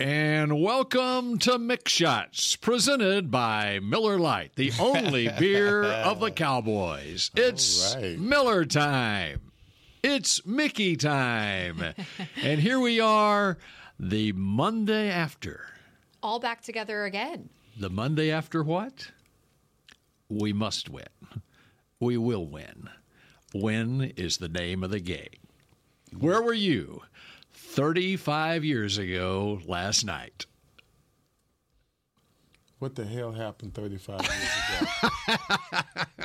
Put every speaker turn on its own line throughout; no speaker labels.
And welcome to Mix Shots, presented by Miller Lite, the only beer of the Cowboys. It's
right.
Miller time. It's Mickey time. and here we are, the Monday after.
all back together again.
The Monday after what? We must win. We will win. Win is the name of the game. Where were you 35 years ago last night?
What the hell happened 35 years ago?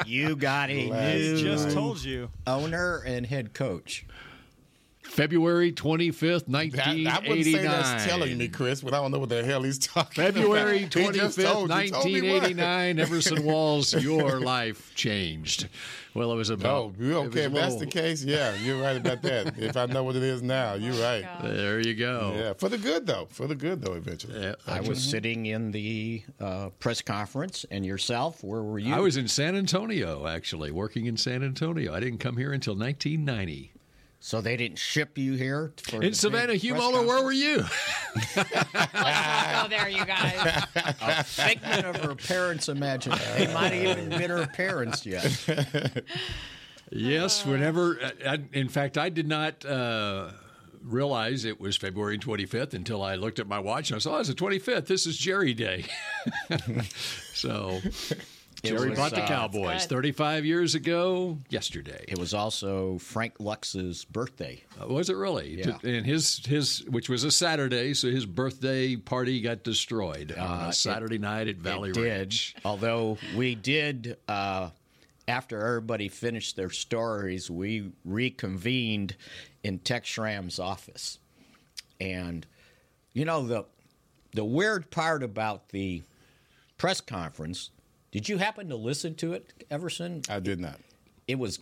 You got a
Last
new
night.
you. owner and head coach.
February 25th,
I,
1989.
I wouldn't say that's telling me, Chris, but I don't know what the hell he's talking
February
about. He just
25th,
told you. Told me what.
1989, Everson Walls, your life changed. Well, it was about.
Oh, you
it was
okay?
a
If that's
little-
the case, yeah, you're right about that. if I know what it is now, you're right.
Oh,
There you go.
Yeah, for the good though. For the good though. Eventually,
I was sitting in the uh, press conference, and yourself, where were you?
I was in San Antonio, actually, working in San Antonio. I didn't come here until 1990.
so they didn't ship you here. For the
In
big
Savannah, Hugh
press
Muller, where
conference?
were you?
Let's not go oh, there, you guys.
A figment of her parents' imagination. They might have even been her parents yet.
yes, whenever. uh, I, I- in fact, I did not. Uh, Realize it was February 25th until I looked at my watch and I saw oh, it's the 25th. This is Jerry Day. so Jerry
was,
brought the
uh,
Cowboys
good.
35 years ago yesterday.
It was also Frank Lux's birthday.
Uh, Was it really?
Yeah.
And his his which was a Saturday, so his birthday party got destroyed on a Saturday night at Valley
Uh, it did.
Ranch.
Although we did, uh, after everybody finished their stories, we reconvened in Tech Schramm's office, and you know the the weird part about the press conference. Did you happen to listen to it, Everson?
I did not.
It was.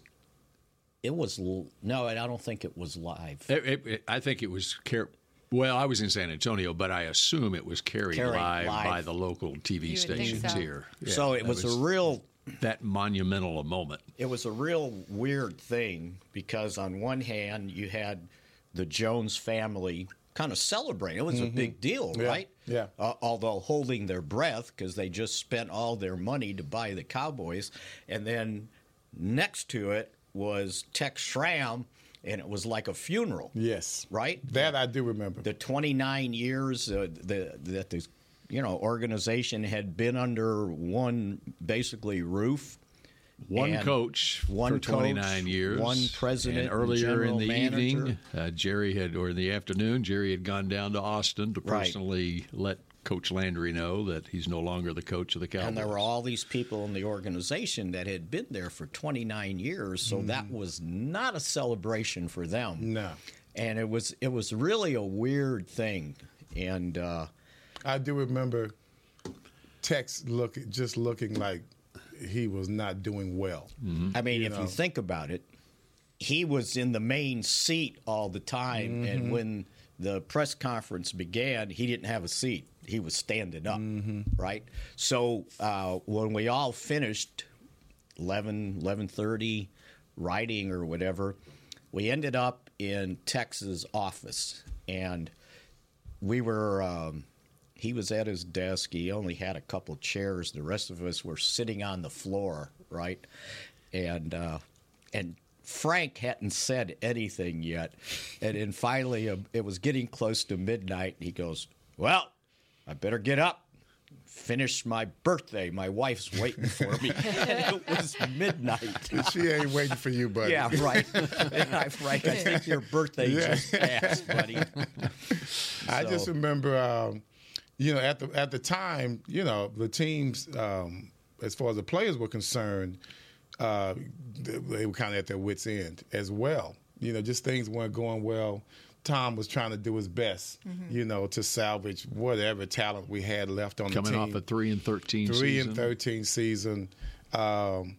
It was l- no, I don't think it was live.
It- it- it- I think it was car- well, I was in San Antonio, but I assume it was carried,
Carried
live,
live.
by the local TV
You would think
stations
so.
here. Yeah,
so it
that
was a real
that monumental a moment.
It was a real weird thing because on one hand you had the Jones family kind of celebrating. It was a big deal, right?
Mm-hmm. yeah.
Uh, although holding their breath because they just spent all their money to buy the Cowboys, and then next to it was Tex Schramm, and it was like a funeral.
Yes.
Right?
That I do remember.
the 29 years uh, the, that this you know organization had been under one basically roof
One
and
coach
one
for 29
coach,
years.
one president
And
and
earlier in
general
the
manager.
evening, uh, Jerry had, or in the afternoon, Jerry had gone down to Austin to
Right.
personally let Coach Landry know that he's no longer the coach of the Cowboys.
and there were all these people in the organization that had been there for 29 years so
Mm.
that was not a celebration for them
no,
and it was it was really a weird thing and uh,
I do remember Tex look just looking like he was not doing well.
I mean, if you think about it, he was in the main seat all the time, and when the press conference began, he didn't have a seat. He was standing up, right? So uh, when we all finished 11, 11.30 writing or whatever, we ended up in Tex's office, and we were um, he was at his desk he only had a couple chairs the rest of us were sitting on the floor right and uh, and frank hadn't said anything yet and then finally um, it was getting close to midnight and he goes well i better get up finish my birthday my wife's waiting for me and it was midnight
She ain't waiting for you, buddy.
yeah, right. And I, Frank, I think your birthday just passed, buddy.
I
So-
just remember, um, you know, at the at the time, you know, the teams, um, as far as the players were concerned, uh, they, they were kind of at their wits' end as well. You know, just things weren't going well. Tom was trying to do his best,
Mm-hmm.
you know, to salvage whatever talent we had left on
Coming
the team.
off a three and thirteen
three
season.
and thirteen season. Um,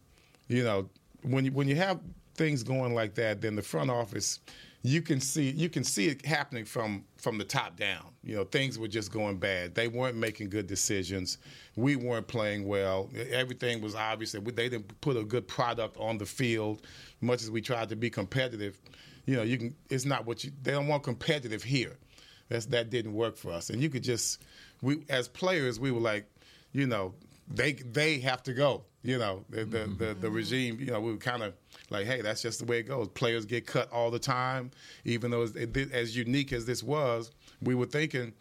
you know, when you, when you have things going like that, then the front office, you can see you can see it happening from from the top down. You know, things were just going bad. They weren't making good decisions. We weren't playing well. Everything was obvious that we- they didn't put a good product on the field. Much as we tried to be competitive, you know, you can. It's not what you. They don't want competitive here. That's that didn't work for us. And you could just we as players we were like, you know, they they have to go. You know, the the, the, the regime. You know, we were kind of like, hey, that's just the way it goes. Players get cut all the time, even though it, it, as unique as this was, we were thinking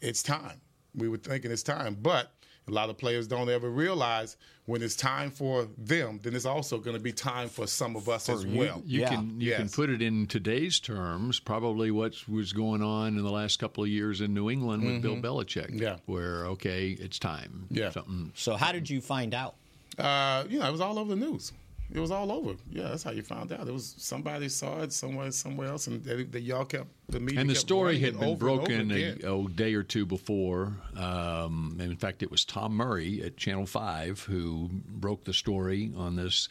it's time. We were thinking it's time, but. A lot of players don't ever realize when it's time for them, then it's also going to be time for some of us as well.
You
Yeah.
can you can
Yes.
put it in today's terms, probably what was going on in the last couple of years in New England with Bill Belichick.
Mm-hmm. Yeah.
Where okay, it's time.
Yeah.
Something
So how did you find out?
uh, you know, it was all over the news. It was all over. Yeah, that's how you found out. It was somebody saw it somewhere, somewhere else, and they, they, y'all kept the media.
and the
kept
story
running
had
it
been
over and over
broken a,
again.
a day or two before. Um, and in fact, it was Tom Murray at Channel 5 who broke the story on this.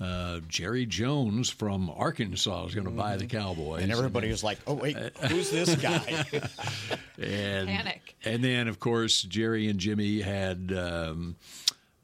Uh, Jerry Jones from Arkansas is going to buy the
Mm-hmm.
Cowboys.
And everybody was like, "Oh wait, who's this guy?"
and,
Panic.
And then, of course, Jerry and Jimmy had um,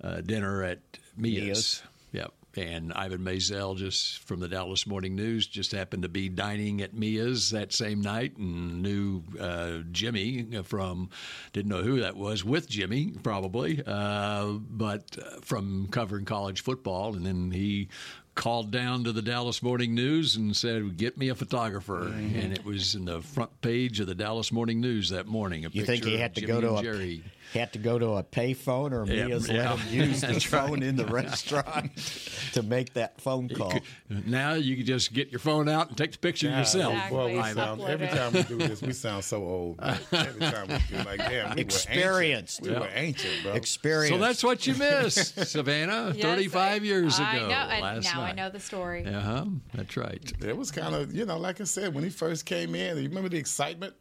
uh, dinner at Mia's.
Mia's.
Yep. And Ivan Mazel, just from the Dallas Morning News, just happened to be dining at Mia's that same night and knew uh, Jimmy from, didn't know who that was, with Jimmy probably, uh, but uh, from covering college football. And then he called down to the Dallas Morning News and said, Get me a photographer.
Mm-hmm.
And it was in the front page of the Dallas Morning News that morning. A
You think
picture
he
of
had to
Jimmy
go to
and
a
Jerry.
he had to go to a payphone or
Yeah,
Mia's
yeah.
let him use the phone in the restaurant to make that phone call?
Now you can just get your phone out and take the picture yourself.
Exactly.
Well, we
I-
sound,
Upload
every
it.
time we do this, we sound so old. man. Every time we do, like, damn, we
Experienced.
Were ancient. We were ancient, bro.
Experience.
So that's what you missed, Savannah,
Yes,
35 years
I
ago.
Know, and
last
now I
night.
know the story.
Uh huh. That's right.
it was kind of, you know, like I said, when he first came in, you remember the excitement?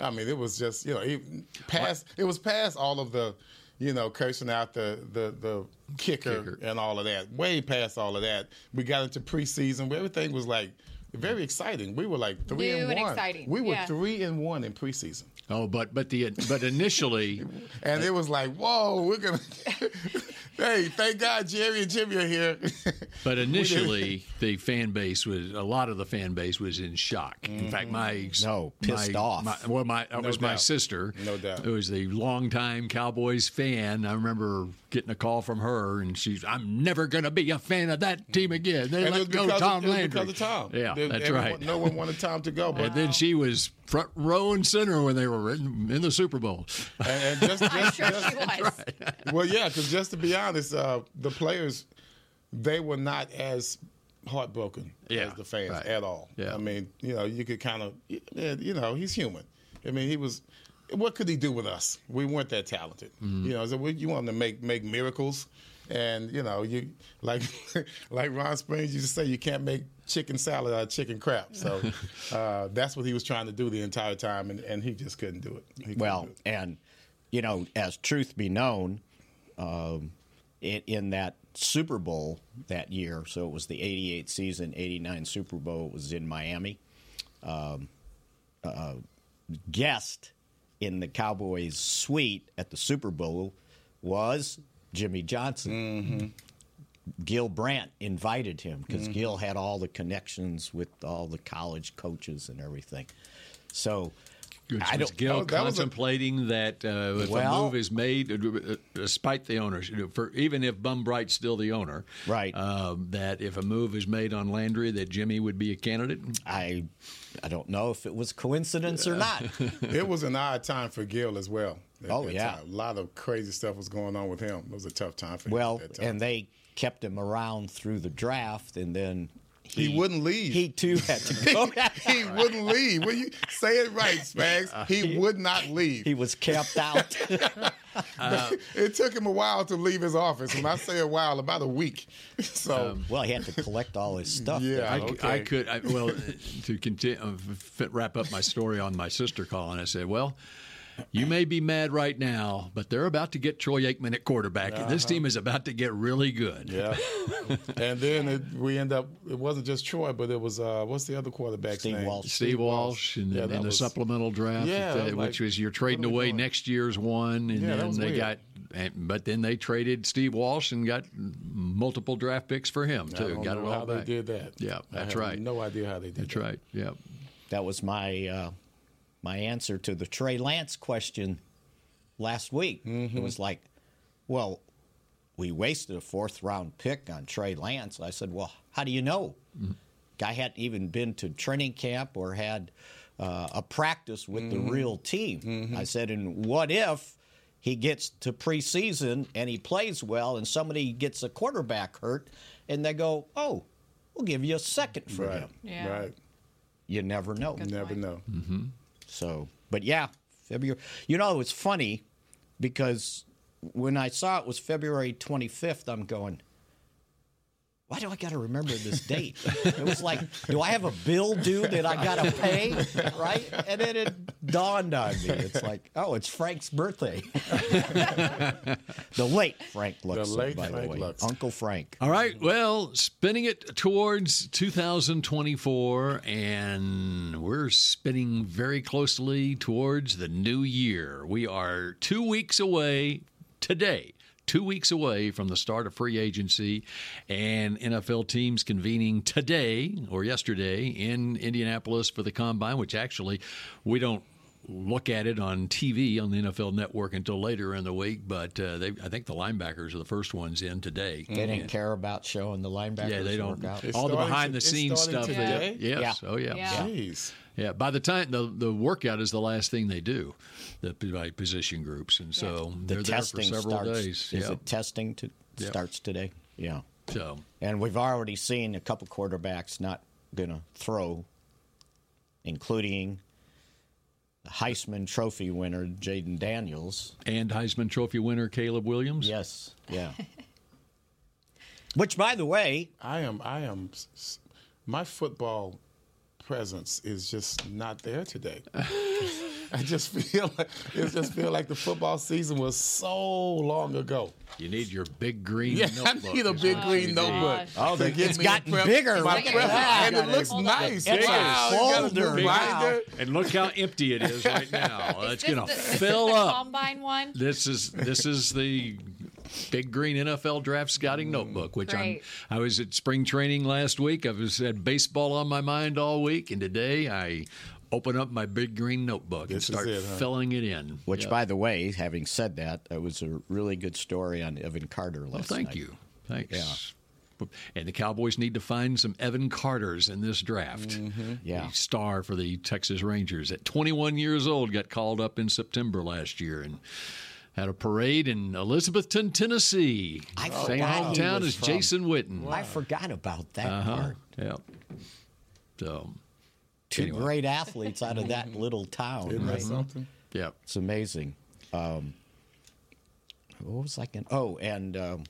I mean, it was just, you know, it past it was past all of the, you know, cursing out the the the kicker,
Kicker.
and all of that. Way past all of that. We got into preseason where everything was like very exciting. We were like three
New
and one.
and exciting,
We were
yeah.
three and one in preseason,
Oh, but but the but initially,
and it was like, whoa, we're gonna. hey, thank God Jerry and Jimmy are here.
but initially, the fan base was a lot of the fan base was in shock.
Mm-hmm.
In fact, my
No, pissed
my-
off.
my- well, my that was my
doubt.
sister.
No doubt.
who was a longtime Cowboys fan. I remember getting a call from her, and she's, "I'm never going to be a fan of that team again." They
Mm-hmm. And it
let
was
go
because, of,
Tom
it was
Landry.
because of Tom.
Yeah,
There-
that's
everyone-
right.
No one wanted Tom to go, but
And then she was front row and center when they were in, in the Super Bowl.
And, and just,
I'm
just,
sure
just-
she was.
well, yeah, because just to be honest, uh, the players they were not as heartbroken
Yeah,
as the fans
right.
at all.
Yeah.
I mean, you know, you could kind of, you know, he's human. I mean, he was. What could he do with us? We weren't that talented.
Mm-hmm.
You know, so we, you want him to make make miracles, and you know, you like like Ron Springs used to say, you can't make chicken salad out of chicken crap. So uh, that's what he was trying to do the entire time, and, and he just couldn't do it. He couldn't
Well,
do it.
and you know, as truth be known, um, in, in that Super Bowl that year, so it was the '88 season, '89 Super Bowl it was in Miami. Um, uh, guest in the Cowboys suite at the Super Bowl was Jimmy Johnson.
Mm-hmm.
Gil Brandt invited him because Gil had all the connections with all the college coaches and everything. So
Which
I
was
don't-
Gil
that was a-
contemplating that uh, if a
Well-
move is made, uh, despite the owners, you know, for, even if Bum Bright's still the owner,
Right.
Um, that if a move is made on Landry, that Jimmy would be a candidate.
I I don't know if it was coincidence or not.
it was an odd time for Gil as well. at
Oh,
that
yeah.
time. a lot of crazy stuff was going on with him. It was a tough time for him.
well,
at that time.
and they kept him around through the draft, and then
He wouldn't leave.
He too had to go.
he wouldn't leave. Will you say it right,
Uh,
Spags? He would not leave.
he was camped out.
it took him a while to leave his office. When I say a while, about a week. So
Um,
well, he had to collect all his stuff.
yeah,
I,
Uh, okay.
I could I, well to continue fit, wrap up my story on my sister calling. I said, "Well, you may be mad right now, but they're about to get Troy Aikman at quarterback, and this team is about to get really good."
Uh-huh. Yeah. and then it, we end up. It wasn't just Troy, but it was uh, what's the other quarterback's
Steve
name?
Walsh.
Steve Walsh and,
Yeah,
and
that
the
was-
supplemental draft,
Yeah,
uh,
that was like,
which was you're
what are
trading
we
away
doing?
next year's one, and
Yeah, that
then
was
they
weird.
got, and, but then they traded Steve Walsh and got multiple draft picks for him
I
too.
don't
Got
know
it all
how
back.
they did that.
Yeah,
I
that's
have
right.
No idea how they did.
That's right. Yeah.
That was my uh, my answer to the Trey Lance question last week. It was like, well, we wasted a fourth round pick on Trey Lance. I said, well, how do you know? Guy hadn't even been to training camp or had uh, a practice with the real team. I said, and what if? He gets to preseason and he plays well, and somebody gets a quarterback hurt, and they go, "Oh, we'll give you a second for
Right.
him."
Yeah.
Right.
You never know.
Never
point.
know.
Mm-hmm.
So, but yeah, February. You know, it was funny because when I saw it was February 25th, I'm going, why do I got to remember this date? it was like, do I have a bill due that I got to pay? Right? And then it dawned on me. It's like, oh, it's Frank's birthday. the late Frank Luxon,
late
by
Frank
the way.
Luxon.
Uncle Frank.
All right. Well, spinning it towards 2024, and we're spinning very closely towards the new year. We are two weeks away today. Two weeks away from the start of free agency and NFL teams convening today or yesterday in Indianapolis for the combine, which actually we don't look at it on TV on the NFL network until later in the week. But uh, they, I think the linebackers are the first ones in today.
They didn't care about showing the linebackers
Yeah, they
work
don't.
out.
It's
All the
starting
behind
to-
the
it's
scenes
starting
stuff. they-
today?
yes.
Yeah.
Oh, yeah. yeah.
Yeah.
Jeez.
By the time the the workout is the last thing they do, the p- by position groups, and so they're there for
testing
several
starts.
days.
Is
yeah.
it testing to, starts today? Yeah.
so
And we've already seen a couple quarterbacks not going to throw, including the Heisman Trophy winner Jaden Daniels.
and Heisman Trophy winner Caleb Williams.
Yes. Yeah. Which, by the way,
I am. I am. s- s- My football presence is just not there today. I just feel like it just feel like the football season was so long ago.
You need your big green
Yeah, I
notebook.
need a
is
big
what you
green
need.
notebook.
Oh,
To
they-
get
it's
me in
gotten
prep-
bigger.
My
Look at
prep,
that.
and it looks
Hold on.
nice.
It's a
wow, you got a
folder.
new
Wow.
binder.
And look how empty it is right now.
Is
It's
this
going to
the- is this
fill
the
up.
Combine one.
This is this is the big green NFL draft scouting notebook, which I'm,
Great.
I was at spring training last week. I was had baseball on my mind all week, and today I open up my big green notebook
This is
and start
it, huh?
filling it in.
which,
Yeah.
by the way, having said that, that was a really good story on Evan Carter last
well, thank
night.
you, thanks. And the Cowboys need to find some Evan Carters in this draft.
Yeah.
The star for the Texas Rangers at 21 years old got called up in September last year and had a parade in Elizabethton, Tennessee.
I
Same
forgot he
hometown
was
as
from-
Jason Witten.
I forgot about that
Uh-huh.
part.
Yeah. So,
Two
Anyway.
great athletes out of that little town.
Isn't
right?
that something?
yeah.
It's amazing. Um, what was I going? Oh, and um,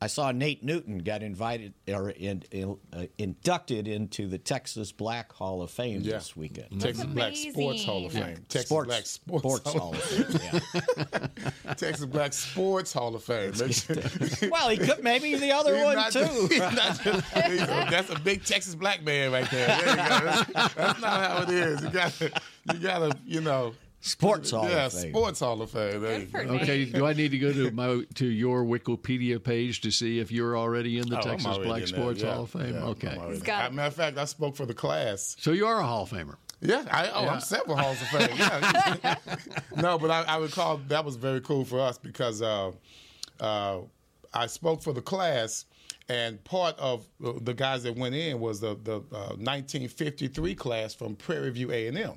I saw Nate Newton got invited or in, in, uh, inducted into the Texas Black Hall of Fame
Yeah.
this weekend.
Texas Black Sports
amazing.
Hall of Fame. Texas
Sports,
Black Sports, Hall.
Hall of Fame.
Texas Black Sports Hall of Fame.
Yeah. well, he could maybe the other
He's
one
not-
too.
he's not just- he's a- that's a big Texas black man right there. There you go. That's, that's not how it is. You gotta, you gotta, you know.
Sports Hall
yeah,
of Fame.
sports hall of fame. There you
Good
go.
for
Okay,
Nate.
do I need to go to my to your Wikipedia page to see if you're already in the
Oh, I'm
Texas
already
Black
in there.
Sports
Yeah,
Hall of Fame?
yeah, I'm
okay.
already-
got
As a matter of fact, I spoke for the class.
So you are a Hall of Famer.
Yeah, I, oh, I'm several halls of fame. Yeah. no, but I, I recall that was very cool for us because uh, uh, I spoke for the class, and part of the guys that went in was the the uh, 1953 class from Prairie View A and M.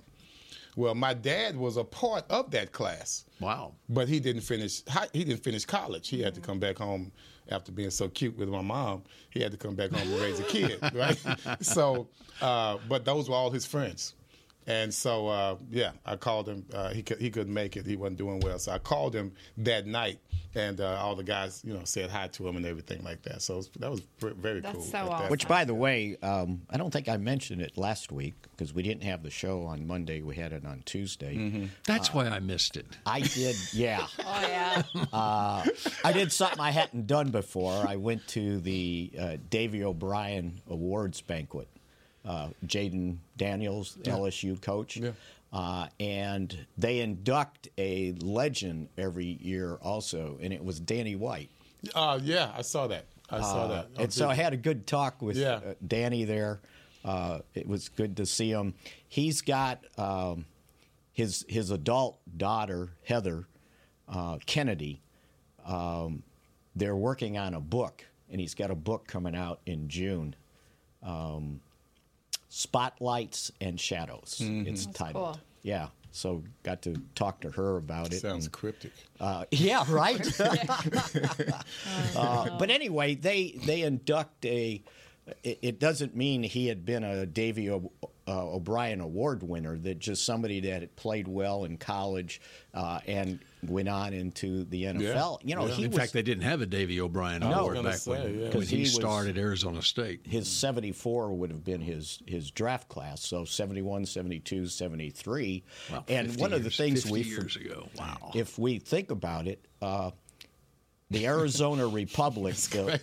Well, my dad was a part of that class.
Wow.
But he didn't finish. hi- He didn't finish college. He had to come back home after being so cute with my mom. He had to come back home and raise a kid, right? So, uh, but those were all his friends, and so uh, yeah, I called him. Uh, he could, he couldn't make it. He wasn't doing well, so I called him that night, and uh, all the guys, you know, said hi to him and everything like that. So it was- that was pre- very
That's
cool.
so
at that
awesome.
Which, by the way, um, I don't think I mentioned it last week because we didn't have the show on Monday. We had it on Tuesday.
Mm-hmm.
Uh,
That's why I missed it.
I did, yeah.
Oh yeah.
I did something I hadn't done before. I went to the uh, Davy O'Brien Awards banquet. Uh, Jaden Daniels, LSU coach, uh, and they induct a legend every year also, and it was Danny White.
Uh, yeah, I saw that. I saw that.
and so I had a good talk with
Yeah.
uh, Danny there. Uh, it was good to see him. He's got um, his his adult daughter Heather uh, Kennedy. Um, they're working on a book, and he's got a book coming out in June. Um, Spotlights and Shadows.
Mm-hmm.
It's titled.
cool.
Yeah. So got to talk to her about it.
Sounds
and-
cryptic.
uh, yeah, right. Uh, but anyway, they they induct a. It, it doesn't mean he had been a Davy o, uh, O'Brien Award winner. That just somebody that had played well in college uh, and went on into the NFL. You know,
Yeah.
he
In
was
fact, they didn't have a Davy O'Brien
No.
award
I was
back
gonna
when,
say, yeah.
when
'Cause
he,
he was-
started Arizona State.
his 74 would have been his his draft class. So 71, 72, 73.
Wow,
and
50
one of the
years-
things
50
we for-
years ago. Wow.
if we think about it, uh, the Arizona Republic, the,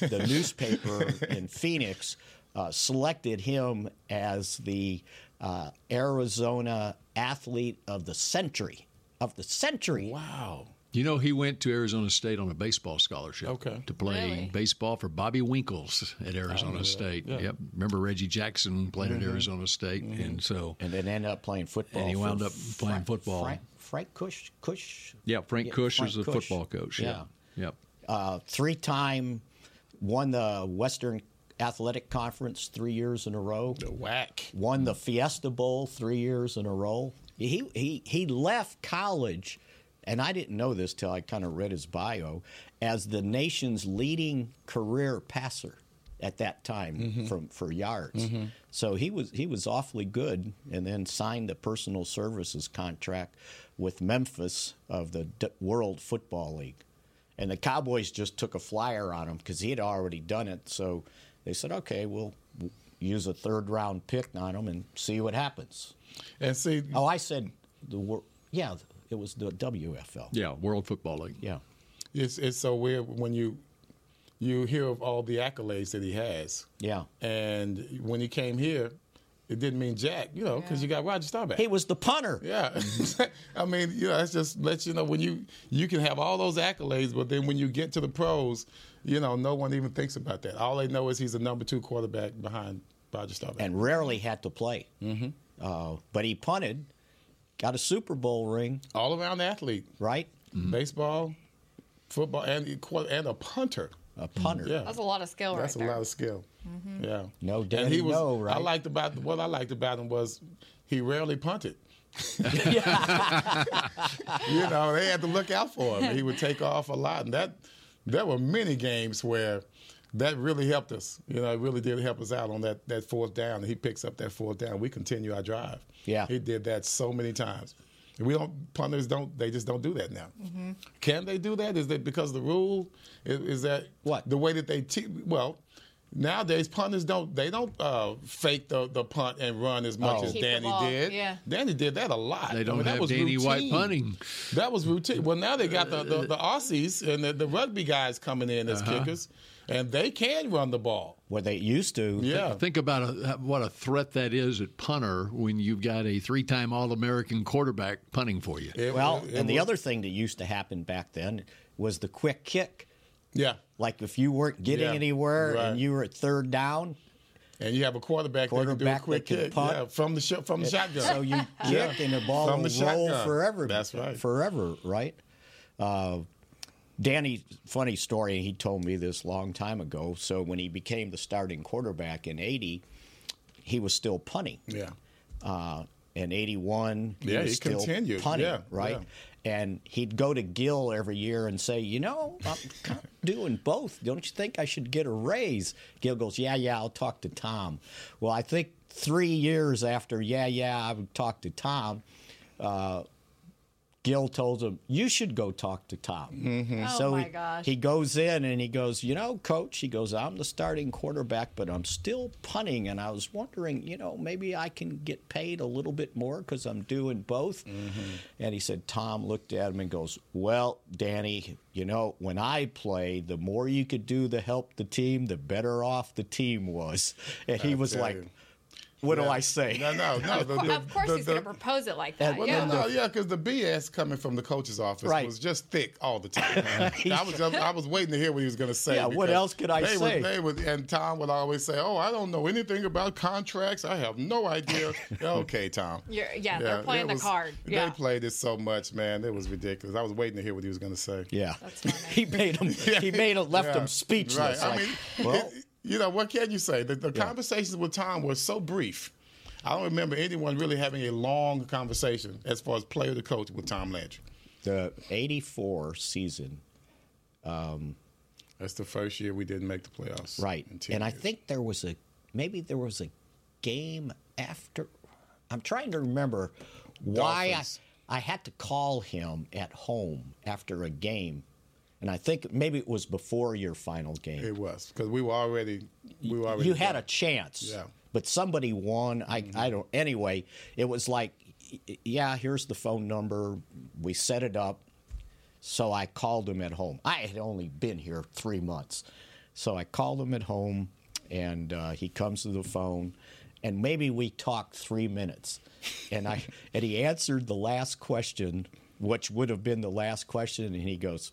the, the newspaper in Phoenix, uh, selected him as the uh, Arizona Athlete of the Century. Of the century.
Wow.
You know, he went to Arizona State on a baseball scholarship
Okay.
to play
Really?
baseball for Bobby Winkles at
Oh,
Arizona State. Yep. Remember Reggie Jackson played at Arizona State, and so
Mm-hmm. And then ended up playing football.
And he wound
for
up playing football.
Frank, Frank Cush, Cush,
yeah, Frank Cush
Frank
was the
Cush.
football coach. Yeah, yep.
uh, three time, won the Western Athletic Conference three years in a row.
The whack.
won the Fiesta Bowl three years in a row. He he he left college, and I didn't know this till I kind of read his bio, as the nation's leading career passer at that time from for yards. So he was he was awfully good, and then signed the personal services contract with Memphis of the D- World Football League. And the Cowboys just took a flyer on him because he had already done it. So they said, okay, we'll w- use a third round pick on him and see what happens.
And see,
Oh, I said, the wor- yeah, it was the WFL.
Yeah, World Football League.
Yeah.
it's it's so weird when you you hear of all the accolades that he has.
Yeah.
And when he came here, it didn't mean jack, you know, because you got Roger Staubach.
He was the punter.
yeah, I mean, you know, that's just lets you know when you you can have all those accolades, but then when you get to the pros, you know, no one even thinks about that. All they know is he's a number two quarterback behind Roger Staubach.
and rarely had to play. Mm-hmm. Uh, but he punted, got a Super Bowl ring,
all around athlete,
right?
baseball, football, and and a punter.
A punter.
Yeah,
That's a lot of skill
That's
right there. Mm-hmm.
a lot of skill. Yeah.
No
And
daddy,
was,
no, right?
I liked about what I liked about him was he rarely punted. you know, they had to look out for him. He would take off a lot, and that there were many games where that really helped us. You know, it really did help us out on that that fourth down. He picks up that fourth down. We continue our drive.
Yeah.
he did that so many times. And We don't punters don't they just don't do that now.
Mm-hmm.
Can they do that? Is that because of the rule? Is, is that
What?
the way that they te- well? Nowadays, punters don't they don't uh, fake the, the punt and run as much
Oh.
as
Keep the
Danny
ball,
did.
yeah.
Danny did that a lot.
They don't
that
have
was
Danny White
routine.
punting.
That was routine. Well, now they got the, the, the Aussies and the, the rugby guys coming in as kickers, and they can run the ball.
Where they used to.
Yeah,
Think about a, what a threat that is at punter when you've got a three-time All-American quarterback punting for you.
It-
Well,
it
and the
was-
other thing that used to happen back then was the quick kick.
yeah,
Like if you weren't getting
Yeah,
anywhere
right.
and you were at third down,
and you have a quarterback, that can do a
Quarterback
quick
that can
kick
punt.
Yeah, from the sh- from the shotgun.
so you
Yeah.
kick and the ball
From
will
the
roll
shotgun.
forever.
That's right.
Forever, right? Uh, Danny, funny story. He told me this long time ago. So when he became the starting quarterback in '80, he was still punting
yeah,
uh, and 81.
Yeah,
was
he
still
continued.
punting,
Yeah,
right?
yeah.
And he'd go to Gill every year and say, you know, I'm kind of doing both. Don't you think I should get a raise? Gill goes, yeah, yeah, I'll talk to Tom. Well, I think three years after, yeah, yeah, I've talked to Tom, uh, Gill told him, you should go talk to Tom. Mm-hmm.
Oh,
so
my
he,
gosh.
he goes in and he goes, you know, coach, he goes, I'm the starting quarterback, but I'm still punting. And I was wondering, you know, maybe I can get paid a little bit more because I'm doing both.
Mm-hmm.
And he said, Tom looked at him and goes, well, Danny, you know, when I played, the more you could do to help the team, the better off the team was. And he was
tell
like,
you.
what do I say?
No, no, no. the- the-
of course,
the-
he's going
the-
to propose it like that.
Well,
yeah.
No, no, yeah, because the BS coming from the coach's office
Right.
was just thick all the time. man. I was just- I was waiting to hear what he was going to say.
Yeah, what
because
else could I
they would-
say?
they would, and Tom would always say, "Oh, I don't know anything about contracts. I have no idea." okay, Tom.
You're- yeah, they're playing
it
the card. Yeah.
They played it so much, man. It was ridiculous. I was waiting to hear what he was going to say.
Yeah.
funny.
he made him, he made him, left
Yeah,
him speechless.
Right.
Like,
I mean,
well,
it- you know, what can you say? The, the conversations with Tom were so brief. I don't remember anyone really having a long conversation as far as player to coach with Tom Landry.
the 84 season
That's the first year we didn't make the playoffs.
right
in
and
10
i
years.
think there was a maybe there was a game after i'm trying to remember why I,
Dolphins.
I had to call him at home after a game and i think maybe it was before your final game
it was because we were already we were already
you had
done.
a chance.
Yeah. Mm-hmm.
But somebody won. I, I don't. Anyway, it was like, y- y- yeah, here's the phone number. We set it up. So I called him at home. I had only been here three months. So I called him at home, and uh, he comes to the phone, and maybe we talked three minutes. And, I, and he answered the last question, which would have been the last question, and he goes,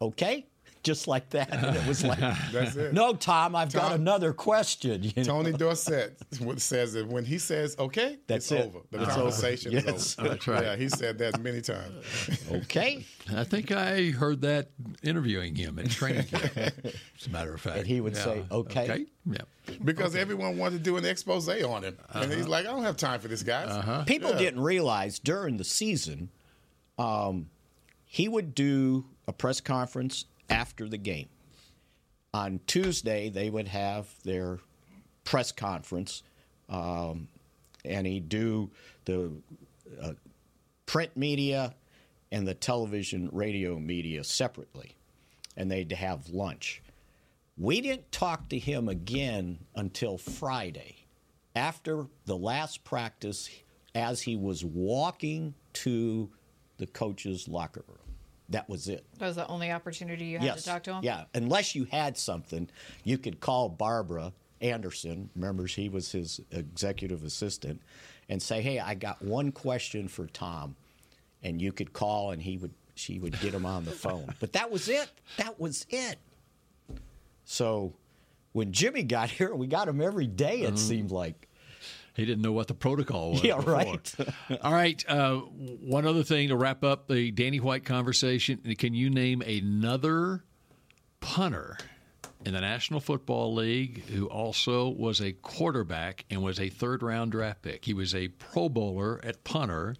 okay. Just like that, and it was like,
That's it.
"No, Tom, I've got
Tom-
another question." You know?
Tony Dorsett says that when he says okay,
That's
it's
it.
over. The
It's over.
conversation
Yes.
is over.
That's right.
Yeah, he said that many times.
Okay.
I think I heard that interviewing him at training camp. As a matter of fact,
And he would
Yeah.
say, "Okay."
yeah."
Because everyone wanted to do an expose on him. And
Uh-huh.
he's like, I don't have time for this, guys.
People didn't realize during the season, um, he would do a press conference after the game. On Tuesday, they would have their press conference, um, and he'd do the uh, print media and the television radio media separately, and they'd have lunch. We didn't talk to him again until Friday. After the last practice, as he was walking to the coach's locker room, that was it.
That was the only opportunity you had
yes.
to talk to him?
Yeah. Unless you had something, you could call Barbara Anderson, remember he was his executive assistant, and say, Hey, I got one question for Tom. And you could call and he would she would get him on the phone. But that was it. That was it. So when Jimmy got here, we got him every day, it seemed like.
He didn't know what the protocol was.
Yeah,
before.
right.
All right. Uh, one other thing to wrap up the Danny White conversation. Can you name another punter in the National Football League who also was a quarterback and was a third round draft pick? He was a Pro Bowler at punter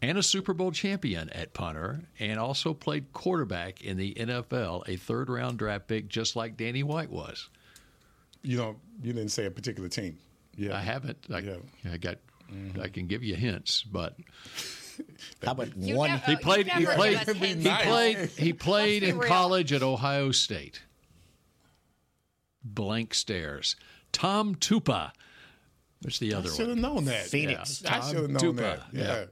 and a Super Bowl champion at punter and also played quarterback in the NFL, a third round draft pick, just like Danny White was.
You know, you didn't say a particular team.
I haven't. I,
Yeah.
I got. I can give you hints, but
How about
You
one
never-
He
you
played. He
never give
played.
us
He
hints, Al.
played. He played
be
in
real.
college at Ohio State. Blank stares. Tom Tupa. What's the other
Should
one?
have known that.
Phoenix.
I
Tom
should have known
Tupa.
that. Yeah.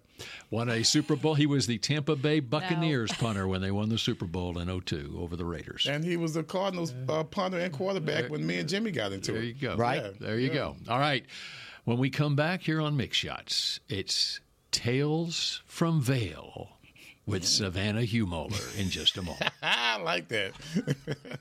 Won a Super Bowl. He was the Tampa Bay Buccaneers punter when they won the Super Bowl in 02 over the Raiders.
And he was the Cardinals uh, punter and quarterback when me and Jimmy got into
There
it.
you go.
Right?
Yeah, There you go. All right. When we come back here on Mix Shots, it's Tales from Vale with Savannah Humoller in just a moment.
I like that.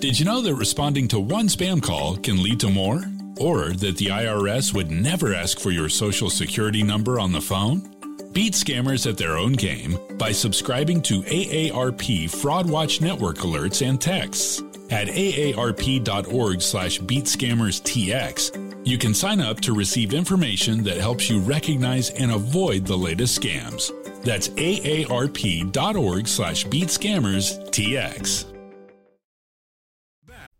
Did you know that responding to one spam call can lead to more? Or that the IRS would never ask for your social security number on the phone? Beat scammers at their own game by subscribing to AARP Fraud Watch Network alerts and texts. At aarp.org slash beatscammerstx, you can sign up to receive information that helps you recognize and avoid the latest scams. That's aarp.org slash beatscammerstx.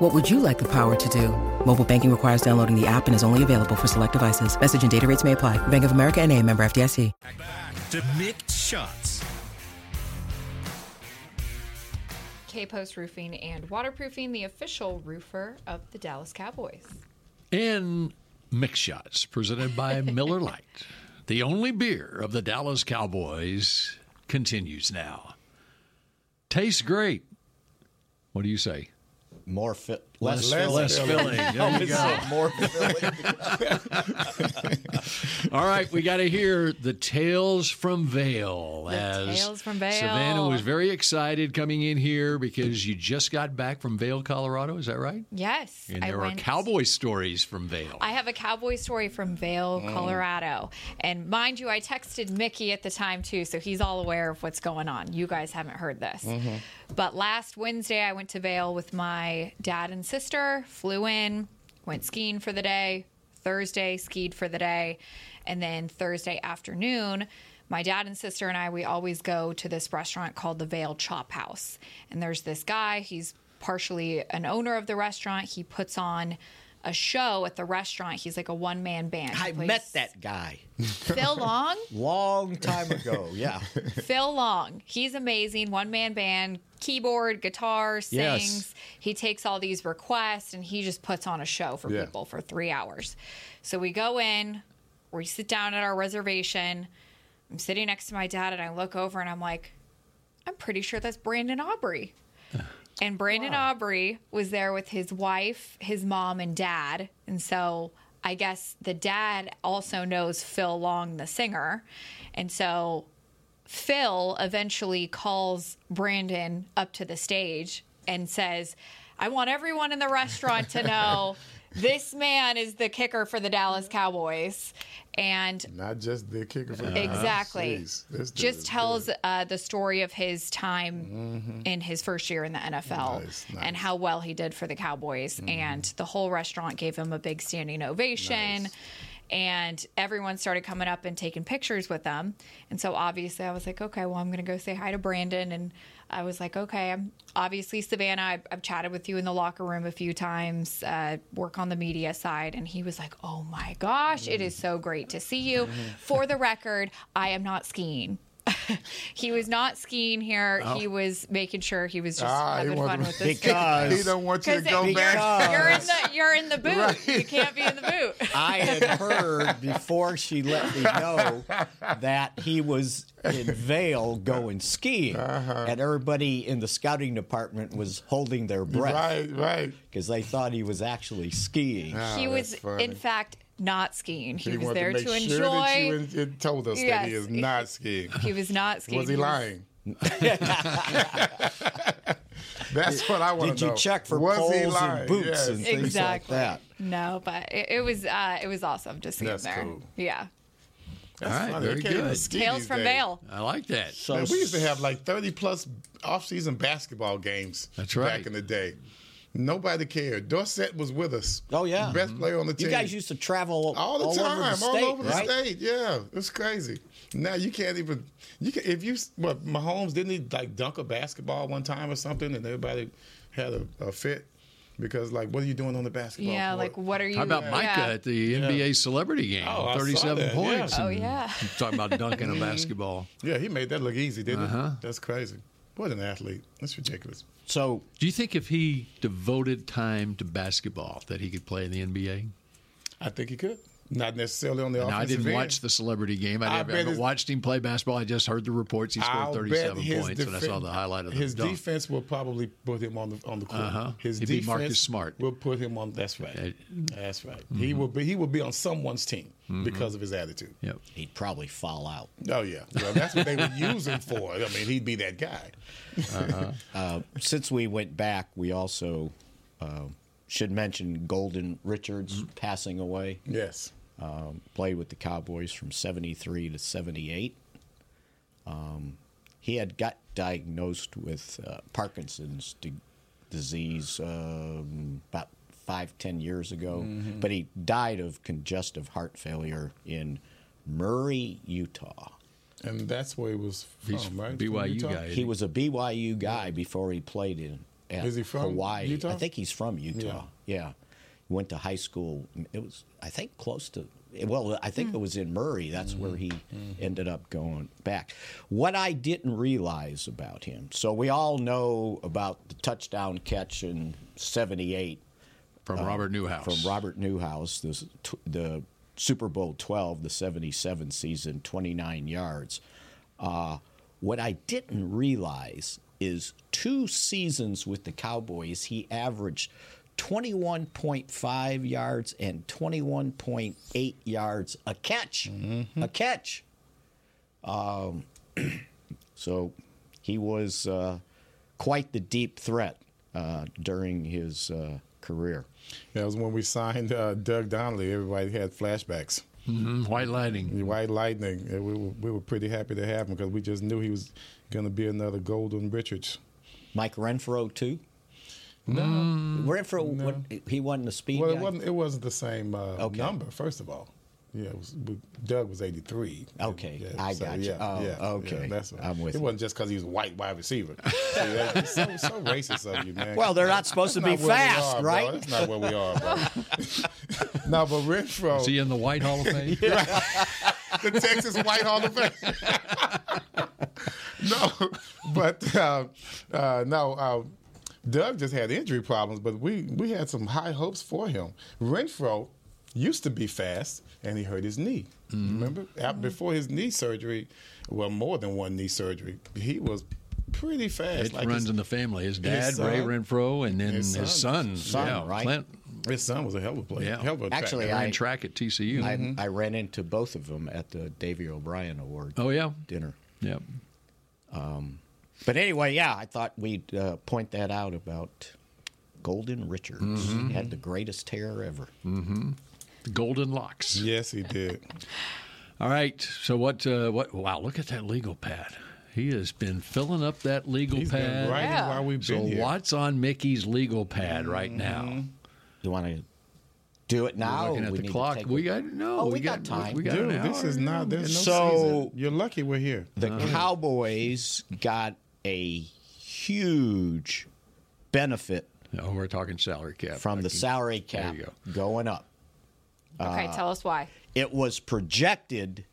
What would you like the power to do? Mobile banking requires downloading the app and is only available for select devices. Message and data rates may apply. Bank of America and a member FDIC.
Back to mixed shots.
K Post Roofing and Waterproofing, the official roofer of the Dallas Cowboys.
In Mix Shots, presented by Miller Lite, the only beer of the Dallas Cowboys continues now. Tastes great. What do you say?
More fit,
Less, less filling. There you go.
more filling.
All right, we got to hear the tales from Vale.
The tales from Vail.
Savannah was very excited coming in here because you just got back from Vale, Colorado. Is that right?
Yes.
And there
I
are
went-
cowboy stories from Vale.
I have a cowboy story from Vail,
Mm.
Colorado. And mind you, I texted Mickey at the time too, so he's all aware of what's going on. You guys haven't heard this.
Mm-hmm.
But last Wednesday, I went to Vail with my dad and sister, flew in, went skiing for the day. Thursday, skied for the day. And then Thursday afternoon, my dad and sister and I, we always go to this restaurant called the Vale Chop House. And there's this guy, he's partially an owner of the restaurant. He puts on a show at the restaurant. He's like a one man band. He
I
plays-
met that guy
Phil Long.
long time ago. Yeah.
Phil Long. He's amazing. One man band, keyboard, guitar, sings.
Yes.
He takes all these requests and he just puts on a show for
Yeah.
people for three hours. So we go in, we sit down at our reservation. I'm sitting next to my dad and I look over and I'm like, I'm pretty sure that's Brandon Aubrey. And Brandon Aubrey was there with his wife, his mom, and dad. And so I guess the dad also knows Phil Long, the singer. And so Phil eventually calls Brandon up to the stage and says, I want everyone in the restaurant to know this man is the kicker for the Dallas Cowboys. And
Not just the kicker for the
Exactly.
Ah, Jeez, this dude
Just
is Mm-hmm.
tells uh, the story of his time in his first year in the NFL
Nice, Mm-hmm.
and how well he did for the Cowboys. And the whole restaurant gave him a big standing ovation. And everyone started coming up and taking pictures with them. And so obviously I was like, okay, well, I'm going to go say hi to Brandon. And I was like, okay, I'm obviously Savannah. I've, I've chatted with you in the locker room a few times, uh, work on the media side. And he was like, oh my gosh, it is so great to see you. For the record, I am not skiing. he was not skiing here.
Oh.
He was making sure he was just
Ah, he
having fun
wasn't-
with this
Because-
he don't want you to
'Cause it-
go
you're-
back.
You're in the you're in the boot. You can't be in the boot.
I had heard before she let me know that he was in Vail going skiing,
Uh-huh.
and everybody in the scouting department was holding their breath.
Right, right.
Because they thought he was actually skiing.
he
Oh,
was
that's funny.
in fact not skiing. He, was
wanted
there to,
make
enjoy.
sure That you en- it told us that he
Yes.
is not skiing.
he was not skiing.
Was he lying? That's what I want
Did
to know.
you check for
was
poles
he
and
lying?
boots
Yes.
and things
Exactly.
like that?
No, but it, it was uh, it was awesome to see
That's
him there.
cool.
Yeah.
That's
All right,
funny. They
very
can't even
good.
ski
Tales
these
from
days.
Vale.
I like that.
So
Man, we used to have like 30 plus off-season basketball games
That's right.
back in the day. Nobody cared. Dorset was with us.
Oh, yeah.
Best player on the team.
You guys used to travel
all the time,
over the state,
all over the
right?
state. Yeah, it's crazy. Now you can't even you can if you what Mahomes didn't he like dunk a basketball one time or something, and everybody had a, a fit because like what are you doing on the basketball?
Yeah,
court?
like what are you
How about Micah
yeah.
at the NBA celebrity game?
Oh, I saw
37
that,
points.
yeah. Mm-hmm.
Oh
and
yeah.
Talking about dunking a basketball.
yeah, he made that look easy, didn't he? That's crazy. What an athlete! That's ridiculous.
So
Do you think if he devoted time to basketball that he could play in the NBA?
I think he could. Not necessarily on the
Now,
offensive
I didn't
end.
watch the celebrity game. I,
I
never, I
bet
haven't
his-
watched him play basketball. I just heard the reports. He scored
I'll bet
37
his
points, and I saw
defen-
the highlight of the
His
dunk.
defense will probably put him on the on the court.
Uh-huh.
His
He beat
defense
Marcus Smart.
will put him on. That's right.
Okay. Mm-hmm.
That's right. He will be he will be on someone's team because of his attitude.
Yep.
he'd probably fall out.
Oh yeah, well, that's what they would use him for. I mean, he'd be that guy.
Uh, since we went back, we also uh, should mention Golden Richards
Mm-hmm.
passing away.
Yes.
um, played with the Cowboys from 73 to 78. Um, he had got diagnosed with uh, Parkinson's d- disease um, about five, ten years ago, but he died of congestive heart failure in Murray, Utah.
And that's where he was from,
He's
right? From
BYU
Utah?
guy.
He was a BYU guy before he played in at
Is he from
Hawaii.
Utah?
I think he's from Utah. Yeah. He went to high school. It was I think close to well, I think it was in Murray. That's where he ended up going back. What I didn't realize about him. So we all know about the touchdown catch in 78
Oh.
From Robert Newhouse.
from Robert Newhouse, the, tw- the Super Bowl 12, the 77 season, 29 yards. Uh, what I didn't realize is two seasons with the Cowboys, he averaged 21.5 yards and 21.8 yards a catch. A catch. Um, So he was uh, quite the deep threat uh, during his uh, career.
That was when we signed uh, Doug Donnelly. Everybody had flashbacks.
Mm, White Lightning.
The White Lightning. and We were, we were pretty happy to have him because we just knew he was going to be another Golden Richards.
Mike Renfro too.
Mm.
No, Renfro what- he wasn't the speed
Well,
guy.
it wasn't. It wasn't the same uh,
Okay.
number. First of all, yeah, it was, we, Doug was eighty three.
Okay, I gotcha. Oh, okay.
that's right.
I'm with
It
you.
wasn't just because he was a white wide receiver. See, that- so, so racist of you, man.
Well, they're not supposed to
That's
be
not where we
fast,
are, bro.
right?
That's not where we are, bro. no, but Renfro,
Is he in the White Hall of Fame?
the Texas White Hall of Fame. no, but uh, uh, no, uh, Doug just had injury problems, but we we had some high hopes for him. Renfro used to be fast, and he hurt his knee.
Mm-hmm.
Remember, Out before his knee surgery, well, more than one knee surgery, he was pretty fast.
It
like
runs
his-
in the family. His dad, Ray
son.
Renfro, and then his
His
son,
Son,
son.
yeah,
right?
Clint
his son was a hell of a player.
Yeah.
Hell of a track
Actually,
guy.
ran
I-
track at TCU.
I, I ran into both of them at the Davy O'Brien Award
oh yeah,
dinner.
yeah.
But anyway, yeah, I thought we'd uh, point that out about Golden Richards
Mm-hmm.
had the greatest hair ever.
The golden locks.
yes, he did.
All right. So what? Uh, what? Wow! Look at that legal pad. He has been filling up that legal
He's
pad.
been writing
Yeah.
while we've
so
been here. Mm-hmm.
what's on Mickey's legal pad right now?
You want to do it now?
Looking at
Oh, We
the
need to
clock.
take a-
We got no.
Oh, we got time.
We got
Dude,
an
this
hour.
is not. There's no
So-
season. You're lucky we're here.
The Cowboys got a huge benefit
No, we're talking salary cap.
from the salary cap
you
going up.
Uh,
Okay, tell us why.
It was projected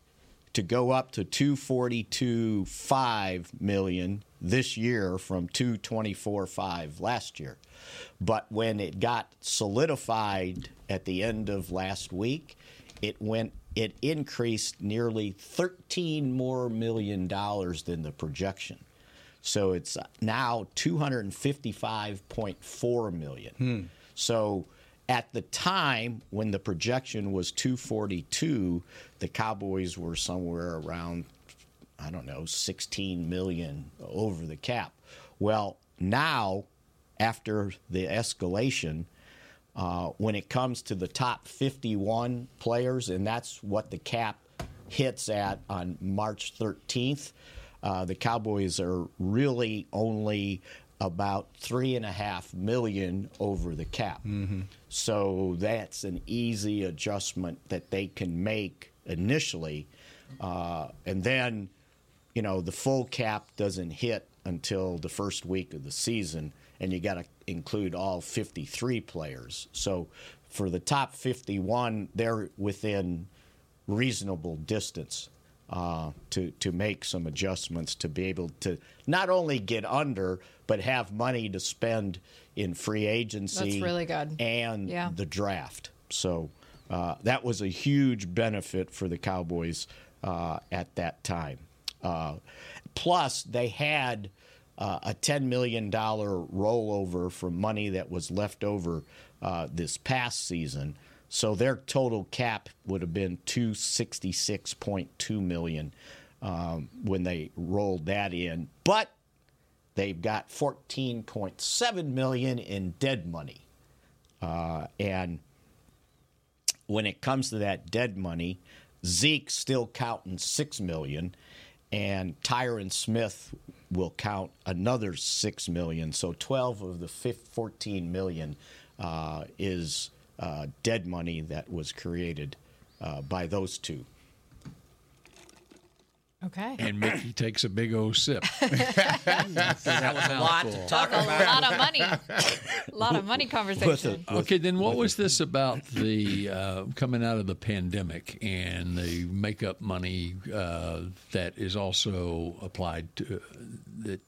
to go up to 242.5 million this year from 224.5 last year. But when it got solidified at the end of last week, it went it increased nearly 13 more million dollars than the projection. So it's now 255.4 million.
Hmm.
So at the time when the projection was 242, the Cowboys were somewhere around, I don't know, 16 million over the cap. Well, now, after the escalation, uh, when it comes to the top 51 players, and that's what the cap hits at on March 13th, uh, the Cowboys are really only about three and a half million over the cap.
Mm-hmm.
So that's an easy adjustment that they can make initially. Uh, and then, you know, the full cap doesn't hit until the first week of the season, and you got to include all 53 players. So for the top 51, they're within reasonable distance uh, to to make some adjustments to be able to not only get under but have money to spend in free agency.
That's really good.
And
Yeah.
the draft. So uh, that was a huge benefit for the Cowboys uh, at that time. Uh, plus, they had. Uh, a $10 million rollover from money that was left over uh, this past season. So their total cap would have been 266.2 million um, when they rolled that in. But they've got 14.7 million in dead money. Uh, and when it comes to that dead money, Zeke's still counting 6 million and Tyron Smith will count another 6 million. So 12 of the fif- 14 million uh, is uh, dead money that was created uh, by those two.
Okay.
And Mickey takes a big old sip. that
was a lot to talk Talk a about. lot of money. A lot of money conversation.
okay, then what was this about the uh, coming out of the pandemic and the makeup money uh, that is also applied to uh, that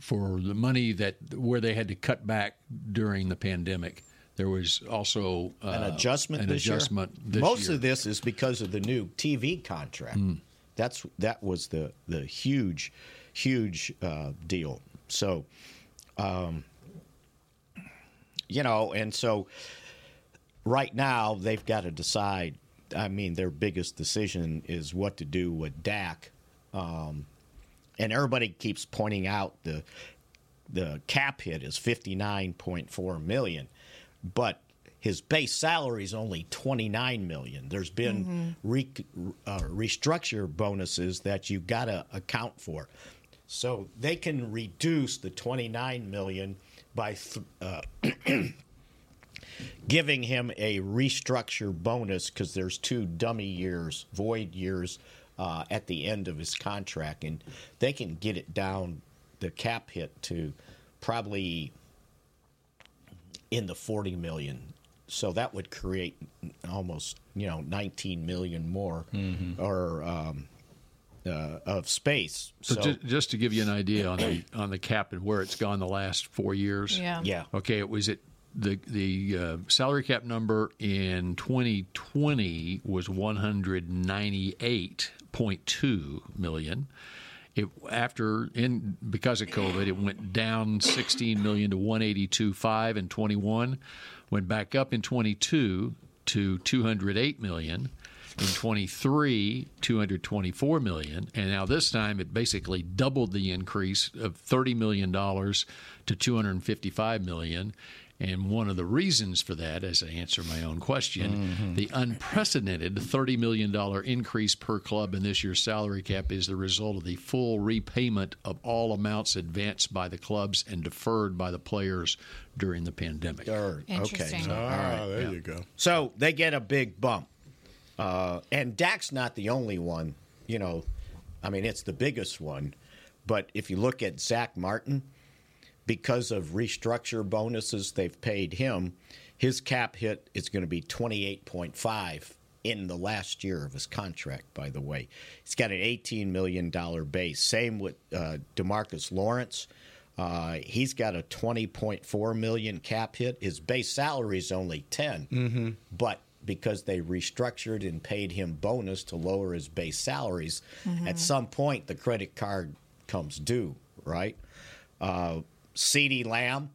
for the money that where they had to cut back during the pandemic? There was also uh,
an adjustment
An
this
adjustment
year.
this
Most
year. Hmm.
of this is because of the new TV contract. That's that was the the huge, huge uh, deal. So, um, you know, and so right now they've got to decide. I mean, their biggest decision is what to do with Dak, um, and everybody keeps pointing out the the cap hit is fifty nine point four million, but his base salary is only twenty nine million. There's been re, uh, restructure bonuses that you got to account for, so they can reduce the twenty nine million by. Th- uh, giving him a restructure bonus because there's two dummy years, void years uh, at the end of his contract, and they can get it down the cap hit to probably in the 40 million. So that would create almost you know 19 million more
Mm-hmm.
or um, uh, of space.
So, ju- just to give you an idea on the on the cap and where it's gone the last four years.
Yeah. Yeah.
Okay, it was at the the uh, salary cap number in 2020 was 198.2 million. It after in because of COVID, it went down 16 million to 182.5 in 21, went back up in 22 to 208 million in 23 224 million and now this time it basically doubled the increase of 30 million dollars to 255 million and one of the reasons for that as i answer my own question the unprecedented 30 million dollar increase per club in this year's salary cap is the result of the full repayment of all amounts advanced by the clubs and deferred by the players during the pandemic
Interesting.
Ah,
All right.
there
Yeah.
you go.
So they get a big bump. Uh, and Dak's not the only one, you know. I mean, it's the biggest one. But if you look at Zach Martin, because of restructure bonuses they've paid him, his cap hit is going to be 28.5 in the last year of his contract, by the way. He's got an $18 million base. Same with uh, Demarcus Lawrence. Uh, he's got a 20.4 million cap hit. His base salary is only 10,
Mm-hmm.
but because they restructured and paid him bonus to lower his base salaries,
Mhm.
at some point the credit card comes due, right? Uh, CeeDee Lamb,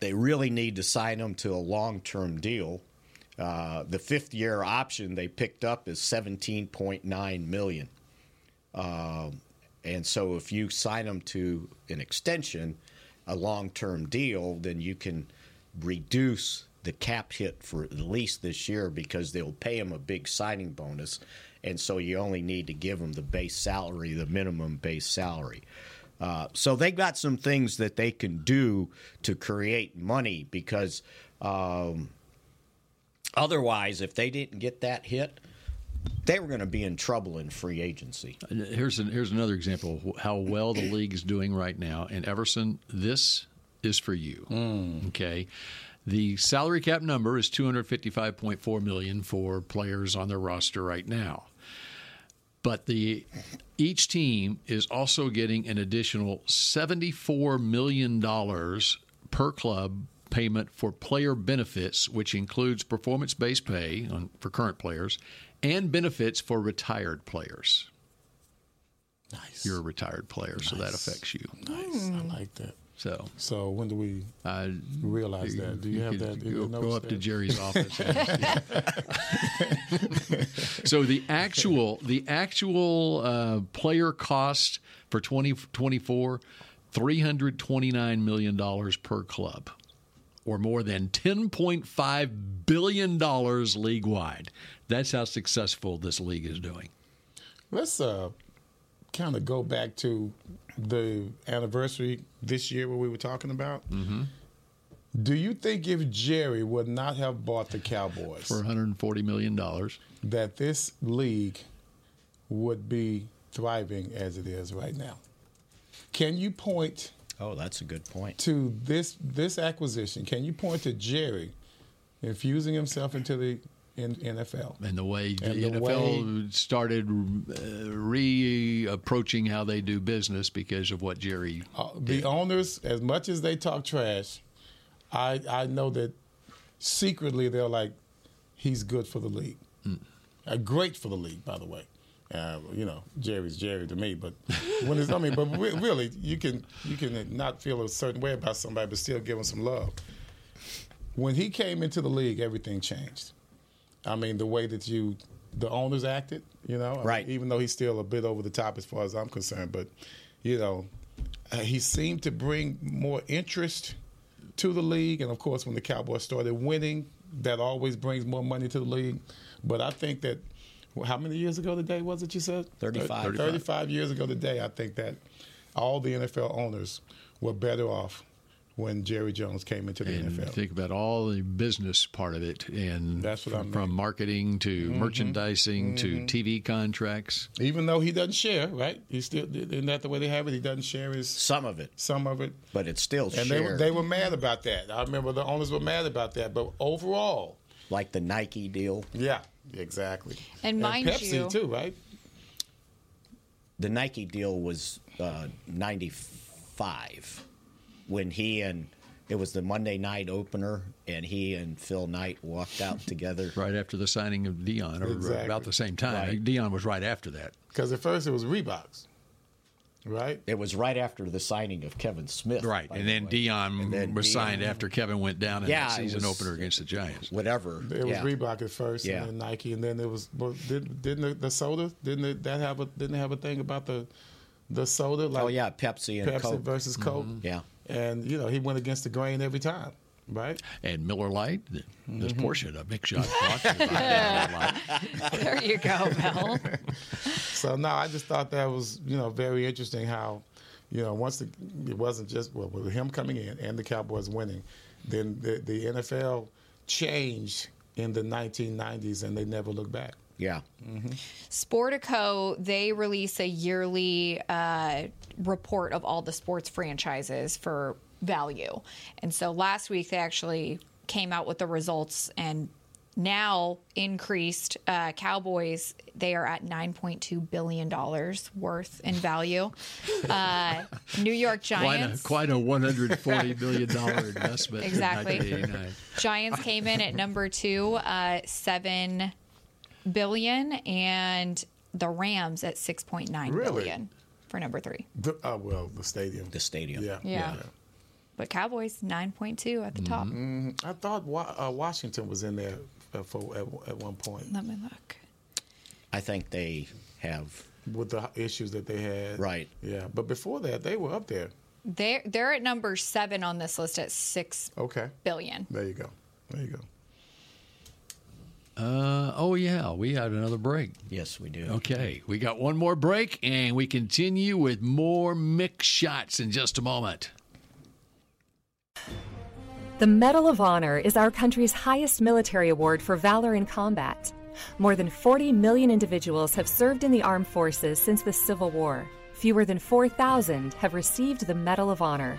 they really need to sign him to a long term deal. Uh, the fifth year option they picked up is 17.9 million. Um, and so if you sign them to an extension, a long term deal, then you can reduce the cap hit for at least this year because they'll pay him a big signing bonus. And so you only need to give him the base salary, the minimum base salary. Uh, so they got some things that they can do to create money because um, otherwise, if they didn't get that hit, they were going to be in trouble in free agency.
And Here's an, here's another example of how well the league is doing right now. And Everson, this is for you. Okay. The salary cap number is 255.4 million for players on their roster right now. But the each team is also getting an additional 74 million dollars per club payment for player benefits, which includes performance-based pay on, for current players and benefits for retired players. You're a retired player, so that affects you.
Nice. I like that.
So,
so when do we realize that? Do you, have
could
that? in
Go,
the
go
notes
up to
there?
Jerry's office. so the actual the actual uh, player cost for 2024 $329 million per club or more than $10.5 billion league wide. That's how successful this league is doing.
Let's uh, kind of go back to the anniversary this year where we were talking about.
Mm-hmm.
Do you think if Jerry would not have bought the Cowboys
For $140 million.
that this league would be thriving as it is right now? Can you point
Oh, that's a good point.
to this this acquisition? Can you point to Jerry infusing himself into the N- NFL?
and the way the,
And the
NFL started uh, re-approaching how they do business because of what Jerry.
Uh, the owners, as much as they talk trash, I I know that secretly they're like, he's good for the league,
Mm.
uh, great for the league, by the way. Uh, you know, Jerry's Jerry to me, but when it's I mean, but re- really, you can you can not feel a certain way about somebody, but still give him some love. When he came into the league, everything changed. I mean, the way that you, the owners acted, you know, I mean,
Right.
even though he's still a bit over the top as far as I'm concerned, but you know, uh, he seemed to bring more interest to the league, and of course, when the Cowboys started winning, that always brings more money to the league. But I think that well, how many years ago today was it you said?
35.
Thir- 35 years ago today, I think that all the NFL owners were better off when Jerry Jones came into the
And
NFL.
think about all the business part of it, and
That's what I
from, from marketing to
Mhm.
merchandising
Mhm.
to TV contracts.
Even though he doesn't share, right? He still isn't that the way they have it. He doesn't share his
some of it,
some of it,
but it's still
and they were,
shared.
they were mad about that. I remember the owners were mad about that. But overall,
like the Nike deal.
Yeah, exactly.
And mind
Pepsi
you-
too, right?
the Nike deal was uh, 95 when he and it was the Monday night opener and he and Phil Knight walked out together
right after the signing of Dion or
Exactly.
about the same time. Dion was right after that.
Because at first it was Reeboks, right?
It was right after the signing of Kevin Smith.
Right,
by
and
the
then
way.
Dion
And then
was
Deion-
signed after Kevin went down in
Yeah,
that
it
season
was- Mm-hmm.
opener against the Giants.
Whatever.
It was
Yeah.
Reebok at first,
Yeah.
and then Nike, and then it was. Well, did, didn't the, the soda? Didn't it, that have a? Didn't it have a thing about the the soda? Like
oh, yeah, Pepsi and
Pepsi
Coke. Mm-hmm.
versus Coke.
Yeah.
And you know he went against the grain every time, right?
And Miller Lite, th- this portion of Big Shot Talk.
there you go, Mel.
So no, I just thought that was you know very interesting how, you know, once the, it wasn't just well with him coming in and the Cowboys winning, then the, the NFL changed in the 1990s and they never looked back.
Yeah.
Mm.
Sportico, they release a yearly uh, report of all the sports franchises for value. And so last week they actually came out with the results and now increased uh, Cowboys. They are at $9.2 billion worth in value. Uh, New York Giants.
Quite a, quite a $140 million investment.
Exactly.
In
Giants came in at number two, uh, $7 billion, and the Rams at six point nine billion
Really?
for number three.
The, uh, well, the stadium.
The stadium.
Yeah.
Yeah. But Cowboys, 9.2 at the top.
Mhm. I thought Wa- uh, Washington was in there uh, for at, at one point
Let me look.
I think they have
with the issues that they had.
Right.
Yeah, but before that, they were up there.
They're, they're at number seven on this list at six
Okay.
billion.
There you go. There you go.
Uh, oh, yeah. We had another break.
Yes, we do.
Okay. We got one more break, and we continue with more mix shots in just a moment.
The Medal of Honor is our country's highest military award for valor in combat. More than 40 million individuals have served in the armed forces since the Civil War. Fewer than 4,000 have received the Medal of Honor.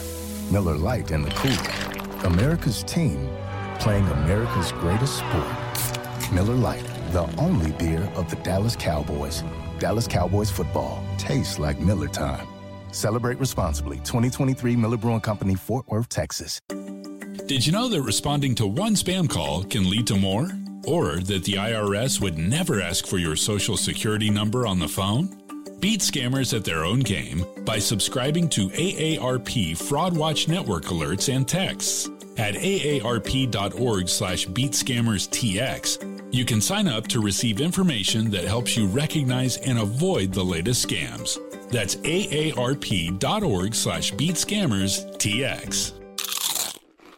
Miller Lite in the cooler. America's team playing America's greatest sport. Miller Lite, the only beer of the Dallas Cowboys. Dallas Cowboys football tastes like Miller time. Celebrate responsibly. 2023 Miller Brewing Company, Fort Worth, Texas.
Did you know that responding to one spam call can lead to more? Or that the IRS would never ask for your social security number on the phone? Beat scammers at their own game by subscribing to AARP Fraud Watch Network alerts and texts. At aarp.org slash beatscammerstx, you can sign up to receive information that helps you recognize and avoid the latest scams. That's aarp.org slash beatscammerstx.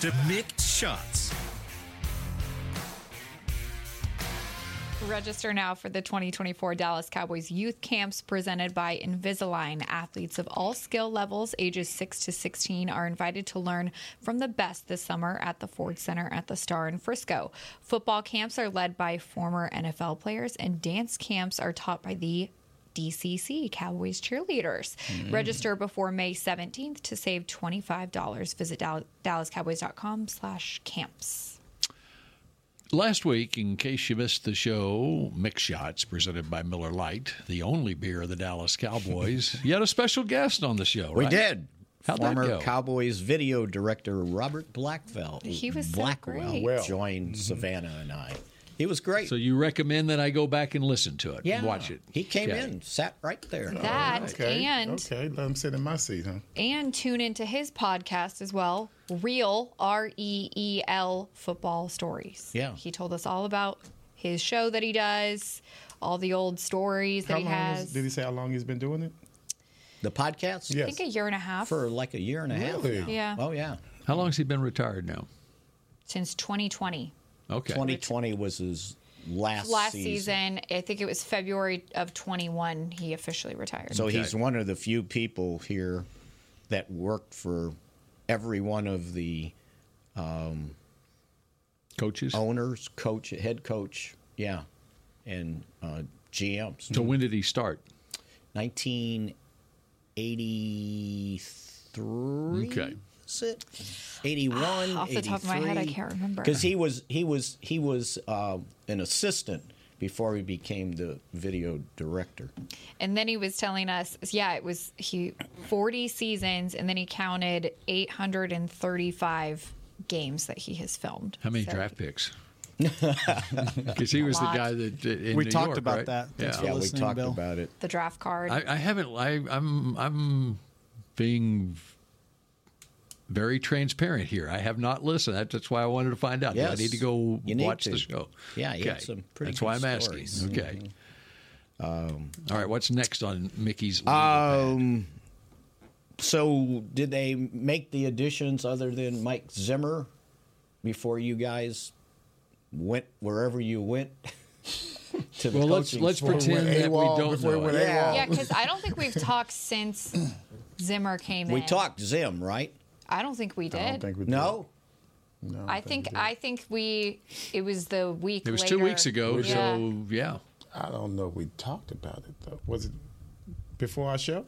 To mixed shots.
Register now for the 2024 Dallas Cowboys Youth Camps presented by Invisalign. Athletes of all skill levels, ages 6 to 16, are invited to learn from the best this summer at the Ford Center at the Star in Frisco. Football camps are led by former NFL players, and dance camps are taught by the DCC Cowboys cheerleaders.
Mm.
Mm-hmm.
Register before May 17th to save $25. Visit Dal- dallascowboys.com slash camps.
Last week, in case you missed the show, Mix Shots presented by Miller Lite, the only beer of the Dallas Cowboys. you had a special guest on the show,
We
right?
did.
How'd that
Former
go?
Cowboys video director Robert Blackwell.
He was so
Blackwell
great.
joined Savannah and I. He was great.
mm-hmm. So you recommend that I go back and listen to it,
Yeah.
watch it.
He came
Okay.
in, sat right there.
That
Okay.
and
okay, let him sit in my seat, huh?
and tune into his podcast as well. Real R E E L football stories.
Yeah.
he told us all about his show that he does, all the old stories that
How
he
long
has.
Is, did he say how long he's been doing it?
The podcast?
I think a year and a half
For like a year and a
Really?
half. now.
Yeah.
Oh, yeah.
How long has he been retired now?
since 2020.
Okay.
2020 was his last,
Last
season.
season. I think it was February of 21, he officially retired.
So he's one of the few people here that worked for every one of the um,
coaches,
owners, coach, head coach, yeah, and uh, GMs.
So when did he start?
1983.
Okay.
Is it? 81,
Off the top of my head, I can't remember.
Because he was he was he was uh, an assistant before he became the video director.
And then he was telling us, yeah, it was he 40 seasons, and then he counted 835 games that he has filmed.
How many
So-
draft picks? Because he was the
lot.
guy that in
We
New
talked
York,
about
right?
that. Thanks for
Yeah, we
listening,
talked
Bill.
about it.
The draft card.
I, I haven't. I, I'm I'm being very transparent here. I have not listened. That, that's why I wanted to find out. Do I
Yes.
need to go
You need
watch
to.
the show.
Yeah, he had some pretty
That's why I'm
good
asking.
stories. Mm-hmm.
Okay. All right. What's next on Mickey's?
Um, so did they make the additions other than Mike Zimmer before you guys went wherever you went? to the
Well, let's-
coaching
let's
staff?
pretend Before it went that we AWOL, don't before it know went it. AWOL.
yeah, because I don't think we've talked since Zimmer came
We
in.
talked Zim, right?
I don't think we did.
no.
No, I think I think we. It was the week.
It was
later.
two weeks ago.
Yeah.
So yeah.
I don't know. if We talked about it though. Was it before our show?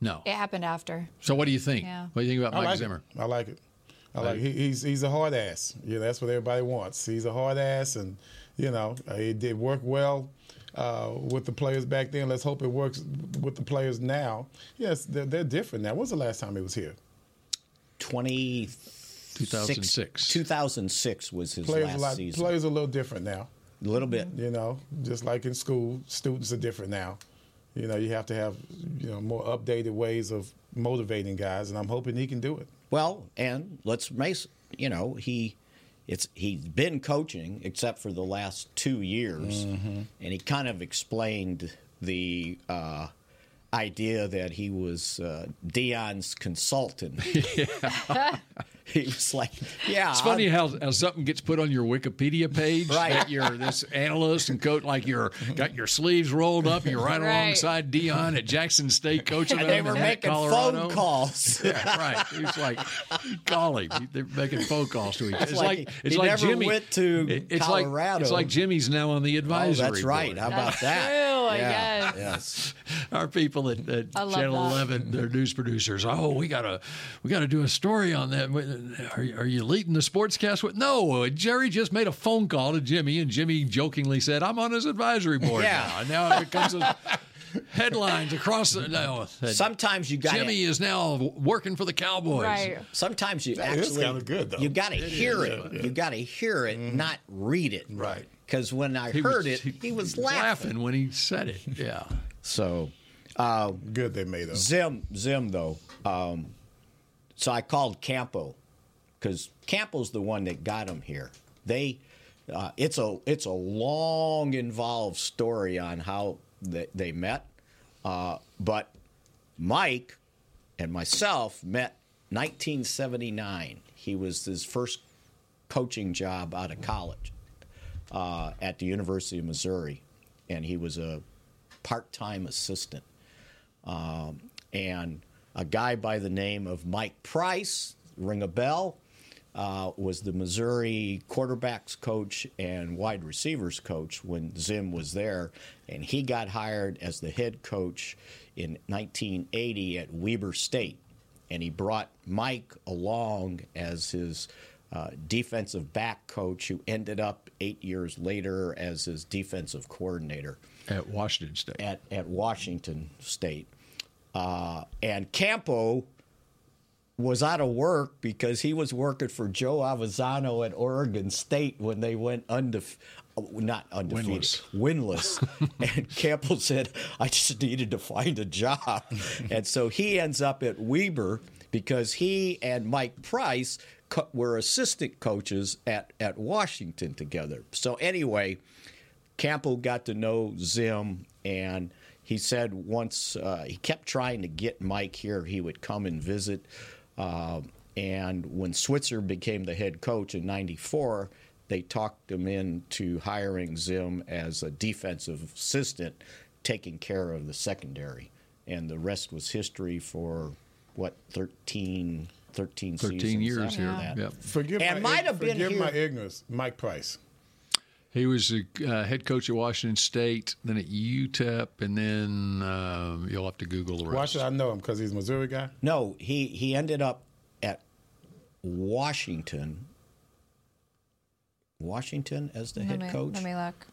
No.
it happened after.
So what do you think?
Yeah.
What do you
Uh,
think about
I
Mike
like
Zimmer?
It. I like it. I like
Like-
he, he's he's a hard ass. Yeah, that's what everybody wants. He's a hard ass, and you know uh, he did work well uh, with the players back then. Let's hope it works with the players now. Yes, they're, they're different now. When's the last time he was here?
20,
2006.
2006 was his
Players
last
a lot.
season.
Players are a little different now.
A little bit.
You know, just like in school, students are different now. You know, you have to have you know more updated ways of motivating guys, and I'm hoping he can do it.
Well, and let's make you know he, it's he's been coaching except for the last two years,
Mm-hmm.
and he kind of explained the uh, idea that he was uh, Dion's consultant. he was like, yeah,
It's
I'm-
funny how, how something gets put on your Wikipedia page
Right.
that you're this analyst and coach, like you're got your sleeves rolled up, and you're right,
Right.
alongside Dion at Jackson State coaching.
And they
him
were
in
making
Colorado.
phone calls.
yeah, right. He was like, call him. They're making phone calls to each other.
It's
It's
like
like,
he-
it's
he
like
never
Jimmy
went to
it- it's Like,
Colorado. Oh,
it's like Jimmy's now on the advisory.
that's right.
board.
How about That's that? true, I Yeah, guess. yes.
Our people at, at
I love
Channel
that.
Eleven, their news producers. Oh, we gotta we gotta do a story on that. Are, you- are you leading the sportscast? With no, Jerry just made a phone call to Jimmy, and Jimmy jokingly said, "I'm on his advisory board
Yeah.
now." And now it becomes a headlines across the. No,
Sometimes you got
Jimmy is now working for the Cowboys.
Sometimes you
That is
actually
kinda good, though.
You got to
It is,
hear it.
yeah, yeah.
You got to hear it, not read it. Right. Because when I
He was-
heard it, he, was laughing.
when he said it. Yeah.
So uh,
good they made up.
Zim Zim though. Um, so I called Campo because Campo's the one that got him here. They uh, it's a it's a long involved story on how they, they met, uh, but Mike and myself met 1979. He was his first coaching job out of college uh, at the University of Missouri, and he was a part-time assistant. Um, and a guy by the name of Mike Price, ring a bell, uh, was the Missouri quarterbacks coach and wide receivers coach when Zim was there, and he got hired as the head coach in 1980 at Weber State, and he brought Mike along as his uh, defensive back coach, who ended up eight years later as his defensive coordinator
at Washington State.
At at Washington State, uh, and Campo was out of work because he was working for Joe Avezzano at Oregon State when they went undefe- oh, not undefeated, winless. and Campbell said, "I just needed to find a job," and so he ends up at Weber because he and Mike Price co- were assistant coaches at at Washington together. So anyway, Campbell got to know Zim, and he said once uh, he kept trying to get Mike here, he would come and visit. Uh, and when Switzer became the head coach in '94, they talked him into hiring Zim as a defensive assistant, taking care of the secondary. And the rest was history for what 13, 13,
13 years here. Yep.
Forgive
and
my,
might have been
forgive
here.
my ignorance. Mike Price.
He was the uh, head coach at Washington State, then at UTEP, and then um, you'll have to Google the rest.
Why should I know him? Because he's a Missouri guy.
No, he he ended up at Washington. Washington as the
Let
head
me,
coach.
let me look.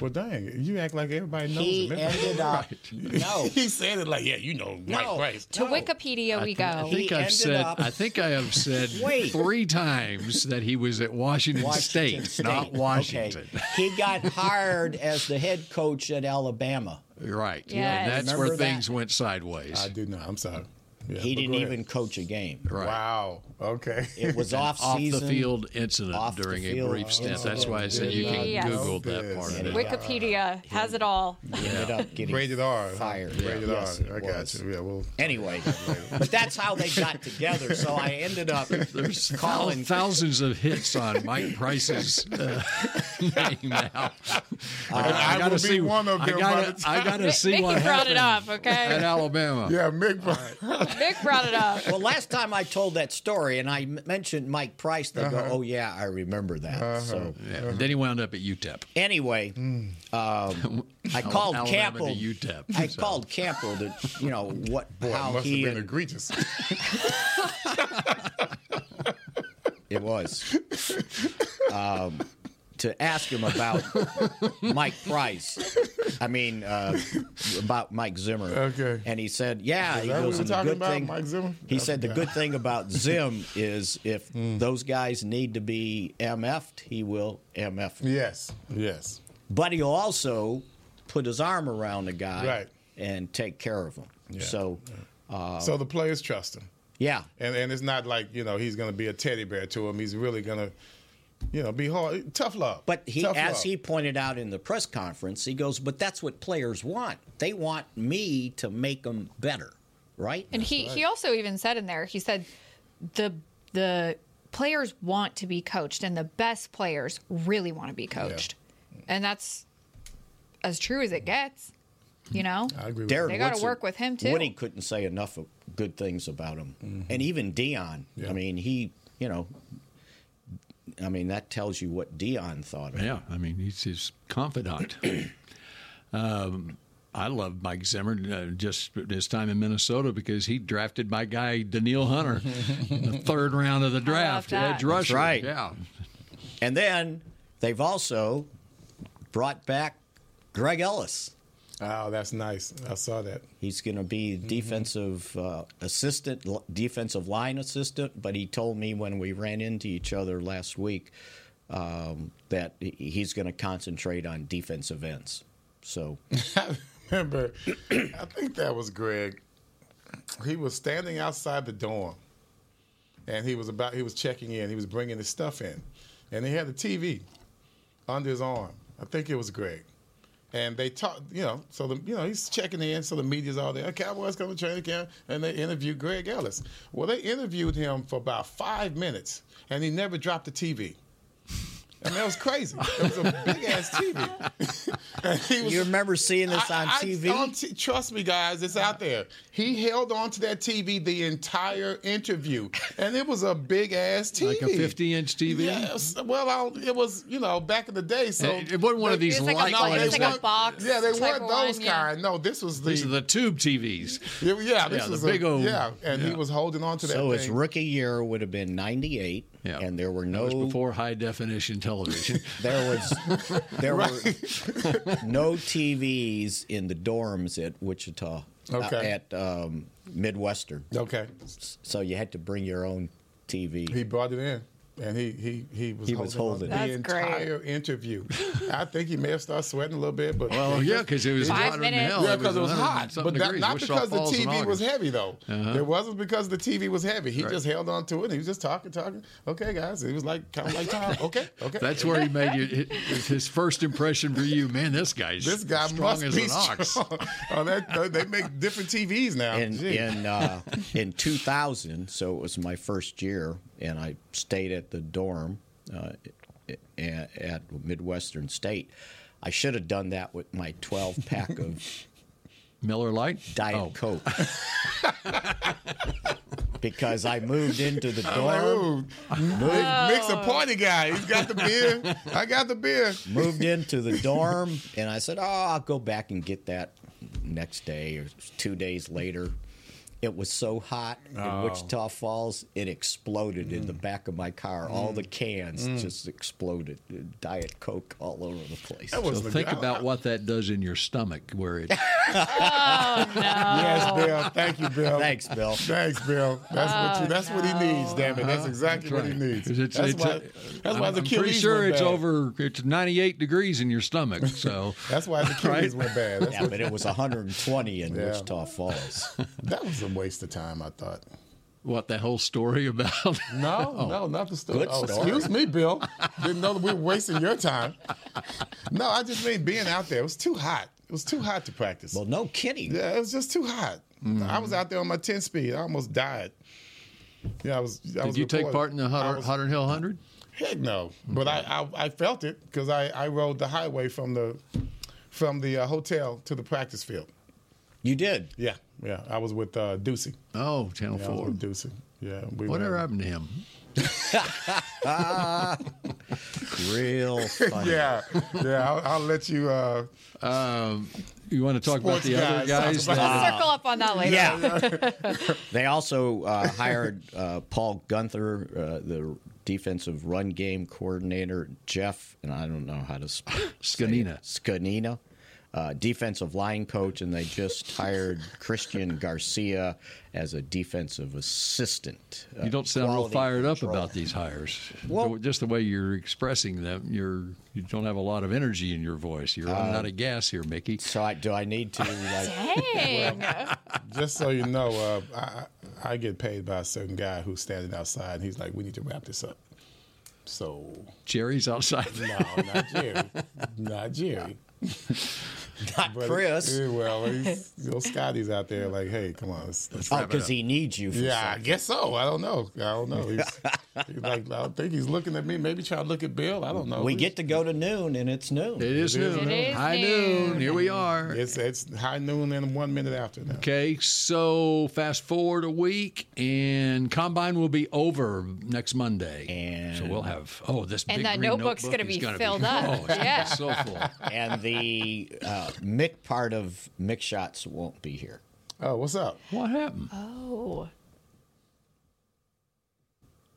Well, dang, you act like everybody knows
He
him.
ended up- no.
he said it like, yeah, you know Mike
No.
Price.
To Wikipedia we go.
I think
He
I've
ended
said
up-
I think I have said
Wait.
three times that he was at Washington, State, not
Okay.
Washington.
He got hired as the head coach at Alabama.
Right.
Yes.
And that's
Remember
where
that? Uh,
things went sideways.
I do know. I'm sorry. Yeah,
He
but
didn't
go ahead.
even coach a game.
Right.
Wow. Okay.
It was off
Off
season.
the field incident
Off the
during
field
a brief stint. That's why I said you can
Yes.
Google that part of it.
Wikipedia has it all.
He ended up getting
Rated R. huh?
fired.
Rated
Yes, it
R. I got
was.
you. Yeah. Well.
Anyway, but that's how they got together. So I ended up calling.
Thousands of hits on Mike Price's uh, name
Uh,
now.
And I will be one of
I
them by
gotta,
the
I gotta
Mick-
see
Mickey
what
brought it
happened
up, okay?
at Alabama.
Yeah, Mick. Price.
Mick brought it up.
Well, last time I told that story and I m- mentioned Mike Price, they
Uh-huh.
go, "Oh yeah, I remember that." So
Yeah. And then he wound up at
E
UTEP.
anyway,
Hmm.
um, I called
Alabama
Campbell.
to UTEP.
I
so.
called Campbell to, you know, what
Boy,
how
it must have
he
been
and-
egregious.
It was. um, to ask him about Mike Price, I mean, uh, about Mike Zimmer.
Okay.
And he said, yeah. He
that what
goes,
we're
"And the
talking
good
about,
thing,
Mike Zimmer?
He said the good thing about Zim is if
Hmm.
those guys need to be MF'd, he will MF. 'em."
yes. Yes.
But he'll also put his arm around the guy
Right.
and take care of him. So,
so the players trust him.
yeah.
And and it's not like you know he's going to be a teddy bear to him. He's really going to, you know, be hard, tough love.
But he,
Tough
as
love.
he pointed out in the press conference, he goes, "But that's what players want. They want me to make them better, right?"
And he, he also even said in there, he said the the players want to be coached and the best players really want to be coached. And that's as true as it gets, you know?
I agree.
Darren
with
They gotta
Woodson-
work with him, too.
Woody couldn't say enough of good things about him,
Mm-hmm.
and even Dion. I mean, he, you know, I mean that tells you what Dion thought of. him.
Yeah, I mean, he's his confidant. um, I love Mike Zimmer uh, just his time in Minnesota because he drafted my guy Daniil Hunter in the third round of the draft,
that.
edge rusher.
right.
Yeah,
And then they've also brought back Greg Ellis.
that. Oh, that's nice. I saw that.
He's going to be
Mm-hmm.
defensive uh, assistant, l- defensive line assistant. But he told me when we ran into each other last week um, that he- he's going to concentrate on defensive ends. So
I remember, I think that was Greg. He was standing outside the dorm, and he was about he was checking in. He was bringing his stuff in, and he had the TV under his arm. I think it was Greg. And they talk, you know, so the you know he's checking in, so the media's all there. Cowboys come to training camp, and they interview Greg Ellis. Well, they interviewed him for about five minutes, and he never dropped the TV. I mean, that was crazy. It was a big ass TV. and he was
you remember seeing this on
I- I-
TV?
on t- trust me, guys, it's out there. He held on to that TV the entire interview, and it was a big ass TV,
Like a 50 inch TV?
Yes. Well, I, it was you know back in the day, so
It it wasn't one of these
It's like a
light
box-
ones.
it's like a
that-
weren't-
box
Yeah, they
type
weren't
of
those
one, yeah.
kind. No, this was the.
These are the tube TVs.
yeah, yeah, this
yeah, the
was
big
a,
old-
Yeah, and he was holding on to that.
so his
thing.
rookie year would have been '98,
Yeah.
and there were
That was
no
before high definition television.
There was there were no TVs in the dorms at Wichita uh,
Okay.
at um, Midwestern,
Okay,
so you had to bring your own TV.
he brought it in. And he he he was
He
holding
was holding
it.
on the
That's great.
entire interview. I think he may have started sweating a little bit, but
well, yeah, because Oh, it was
Five
hotter than
minutes.
hell.
Yeah, because it was
100 and
hot.
something
But that,
degrees.
not
Wichita
because the
Falls in
TV was
August. Uh-huh.
heavy, though. It wasn't because the TV was heavy. He just held on to it. And he was just talking, talking. Okay, guys. It was like kind of like Tom. Okay, okay.
That's where he made you, it- it's his first impression for you. Man, this guy's
this guy
strong
must
as
be
an ox.
strong. oh, that, they make different TVs now.
in
Oh, Gee.
in uh, in 2000, so it was my first year, and I stayed at the dorm uh, a- at Midwestern State. I should have done that with my 12 pack of
Miller Light?
Diet
Oh,
Coke. because I moved into the dorm.
Oh, Mick's a party guy. He's got the beer. I got the beer.
moved into the dorm, and I said, "Oh, I'll go back and get that next day or two days later." It was so hot in
Oh. Mm.
Wichita Falls, it exploded in the back of my car. All the cans
Mm.
just exploded. Diet Coke all over the place.
So think about what that does in your stomach, where it
Oh no.
Yes, Bill. Thank you, Bill.
Thanks, Bill.
Thanks, Bill. That's what you, that's what he needs, damn it. That's exactly
Uh-huh. That's
what he
right.
needs.
It's-
that's
it's-
why. That's why
I'm,
the
I'm pretty
Achilles
sure
went
it's
bad.
over. It's 98 degrees in your stomach. So
That's why the Achilles went bad. That's
yeah,
what-
but it was 120 in
Yeah.
Wichita Falls.
That was a waste of time, I thought.
what the whole story about?
No, no, not the story.
Good
oh,
story.
excuse me, Bill. Didn't know that we were wasting your time. No, I just mean being out there. It was too hot. It was too hot to practice. Well,
no kidding.
Yeah, it was just too hot. I was out there on my 10 speed. I almost died. Yeah, I was. I
Did
was
you take
reported.
part in the
I
Hunter,
was-
Hunter Hill 100?
Heck no. But I, I, I felt it because I, I rode the highway from the from the uh, hotel to the practice field.
You did?
Yeah, yeah. I was with uh, Ducey.
Oh, Channel
yeah, I was
4.
with Ducey. Yeah. We
Whatever
were-
happened to him?
Real funny.
yeah, yeah. I'll, I'll let you. Uh,
um, you want to talk
about the other guys
We'll
that-
circle up on that later.
Yeah. they also uh, hired uh, Paul Gunther, uh, the defensive run game coordinator, Jeff, and I don't know how to sp- Scanina. Scanina, uh, defensive line coach, and they just hired Christian Garcia as a defensive assistant. Uh,
You don't sound real
quality
fired up
control.
about these hires. Well, just the way you're expressing them, you're you don't have a lot of energy in your voice. You're running
Uh,
out of gas here, Mickey.
So I, do I need to? Like,
Dang.
just so you know, uh, I, I get paid by a certain guy who's standing outside, and he's like, "We need to wrap this up." So
Jerry's outside.
no, not Jerry, not Jerry,
not Chris.
well, he's, you know, Scotty's out there, like, "Hey, come on, let's, let's
Oh,
wrap it
because
up."
he needs you. For
yeah, I
something.
guess so. I don't know. I don't know. He's, he's like, I don't think he's looking at me. Maybe trying to look at Bill. I don't know.
We get to go to noon, and it's noon.
It is noon. High noon. Here we are.
It's it's high noon and one minute after now.
Okay, so fast forward a week, and combine will be over next Monday, and so we'll have oh this
And
big
that
green
notebook's
notebook
gonna
is
be
gonna
filled up.
Oh, it's gonna be
Yeah.
so full.
and the uh, Mick part of Mick Shots won't be here.
Oh, what's up?
What happened?
Oh.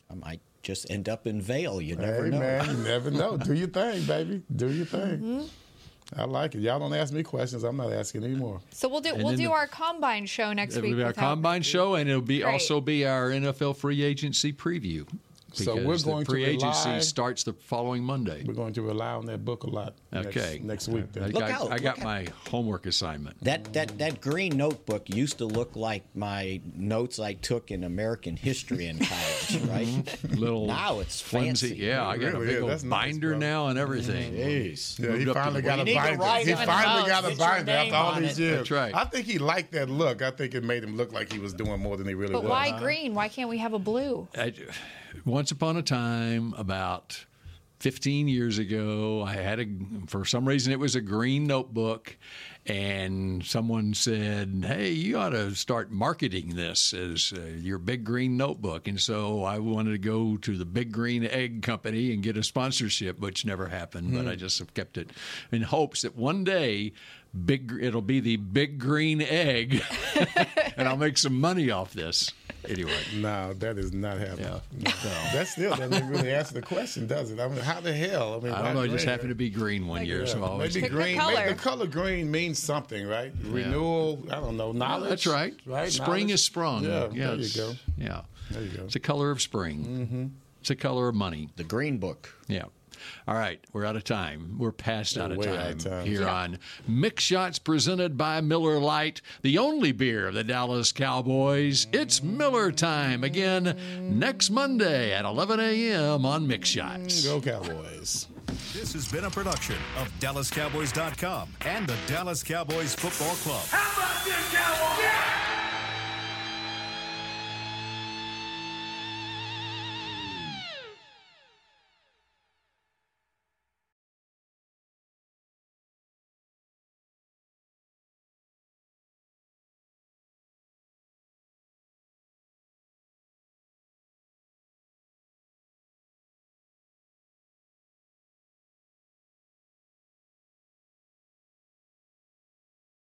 I might just end up in Vale. You never
Hey
know.
man, you never know. Do your thing, baby. Do your thing. I like it. Y'all don't ask me questions. I'm not asking anymore.
So we'll do
And
we'll
then
do
the-
our combine show next
It'll
week.
be our
without-
combine show, and it'll be
Great.
also be our NFL free agency preview.
So we're
because
going
the
to
free
rely-
agency starts the following Monday.
We're going to rely on that book a lot. next-
Okay.
Next, week.
I
Then.
got, I got my homework assignment.
That that that green notebook used to look like my notes I took in American history in college, right?
Mm-hmm. Little
now it's
flimsy.
fancy.
Yeah, I got
Really
a big
is.
old
That's nice,
binder
bro.
now and everything.
Jeez.
Yeah, he
Moved up to
finally
the-
got a
need to
binder.
write
He
on the
finally
notes.
got a
Get your
binder after
name
all
on
these
it.
years.
That's right.
I think he liked that look. I think it made him look like he was doing more than he really
But
was.
why green? Why can't we have a blue?
I, once upon a time, about 15 years ago, I had a, for some reason, it was a green notebook, and someone said, Hey, you ought to start marketing this as uh, your big green notebook. And so I wanted to go to the Big Green Egg Company and get a sponsorship, which never happened, but I just have kept it in hopes that one day, Big, it'll be the big green egg, and I'll make some money off this. Anyway,
No, that is not happening.
yeah.
That still doesn't really answer the question, does it? I mean, how the hell? I mean,
I
why
don't know. It just
green?
happened to be green one year, so I always.
Maybe
Pick the
green. make
color.
The color green means something, right? Renewal. I don't know. Knowledge.
That's right.
Right.
Spring
Knowledge?
is sprung.
Yeah. There you
Yes.
go.
Yeah.
There you go.
It's a color of spring. Mm-hmm. It's a color of money.
The green book.
Yeah. All right, we're out of time. We're past out of
Way
time,
out of time.
here on Mix Shots presented by Miller Lite, the only beer of the Dallas Cowboys. It's Miller time again next Monday at 11 a.m. on Mix Shots.
Go Cowboys.
This has been a production of DallasCowboys.com and the Dallas Cowboys Football Club.
How about this, Cowboys?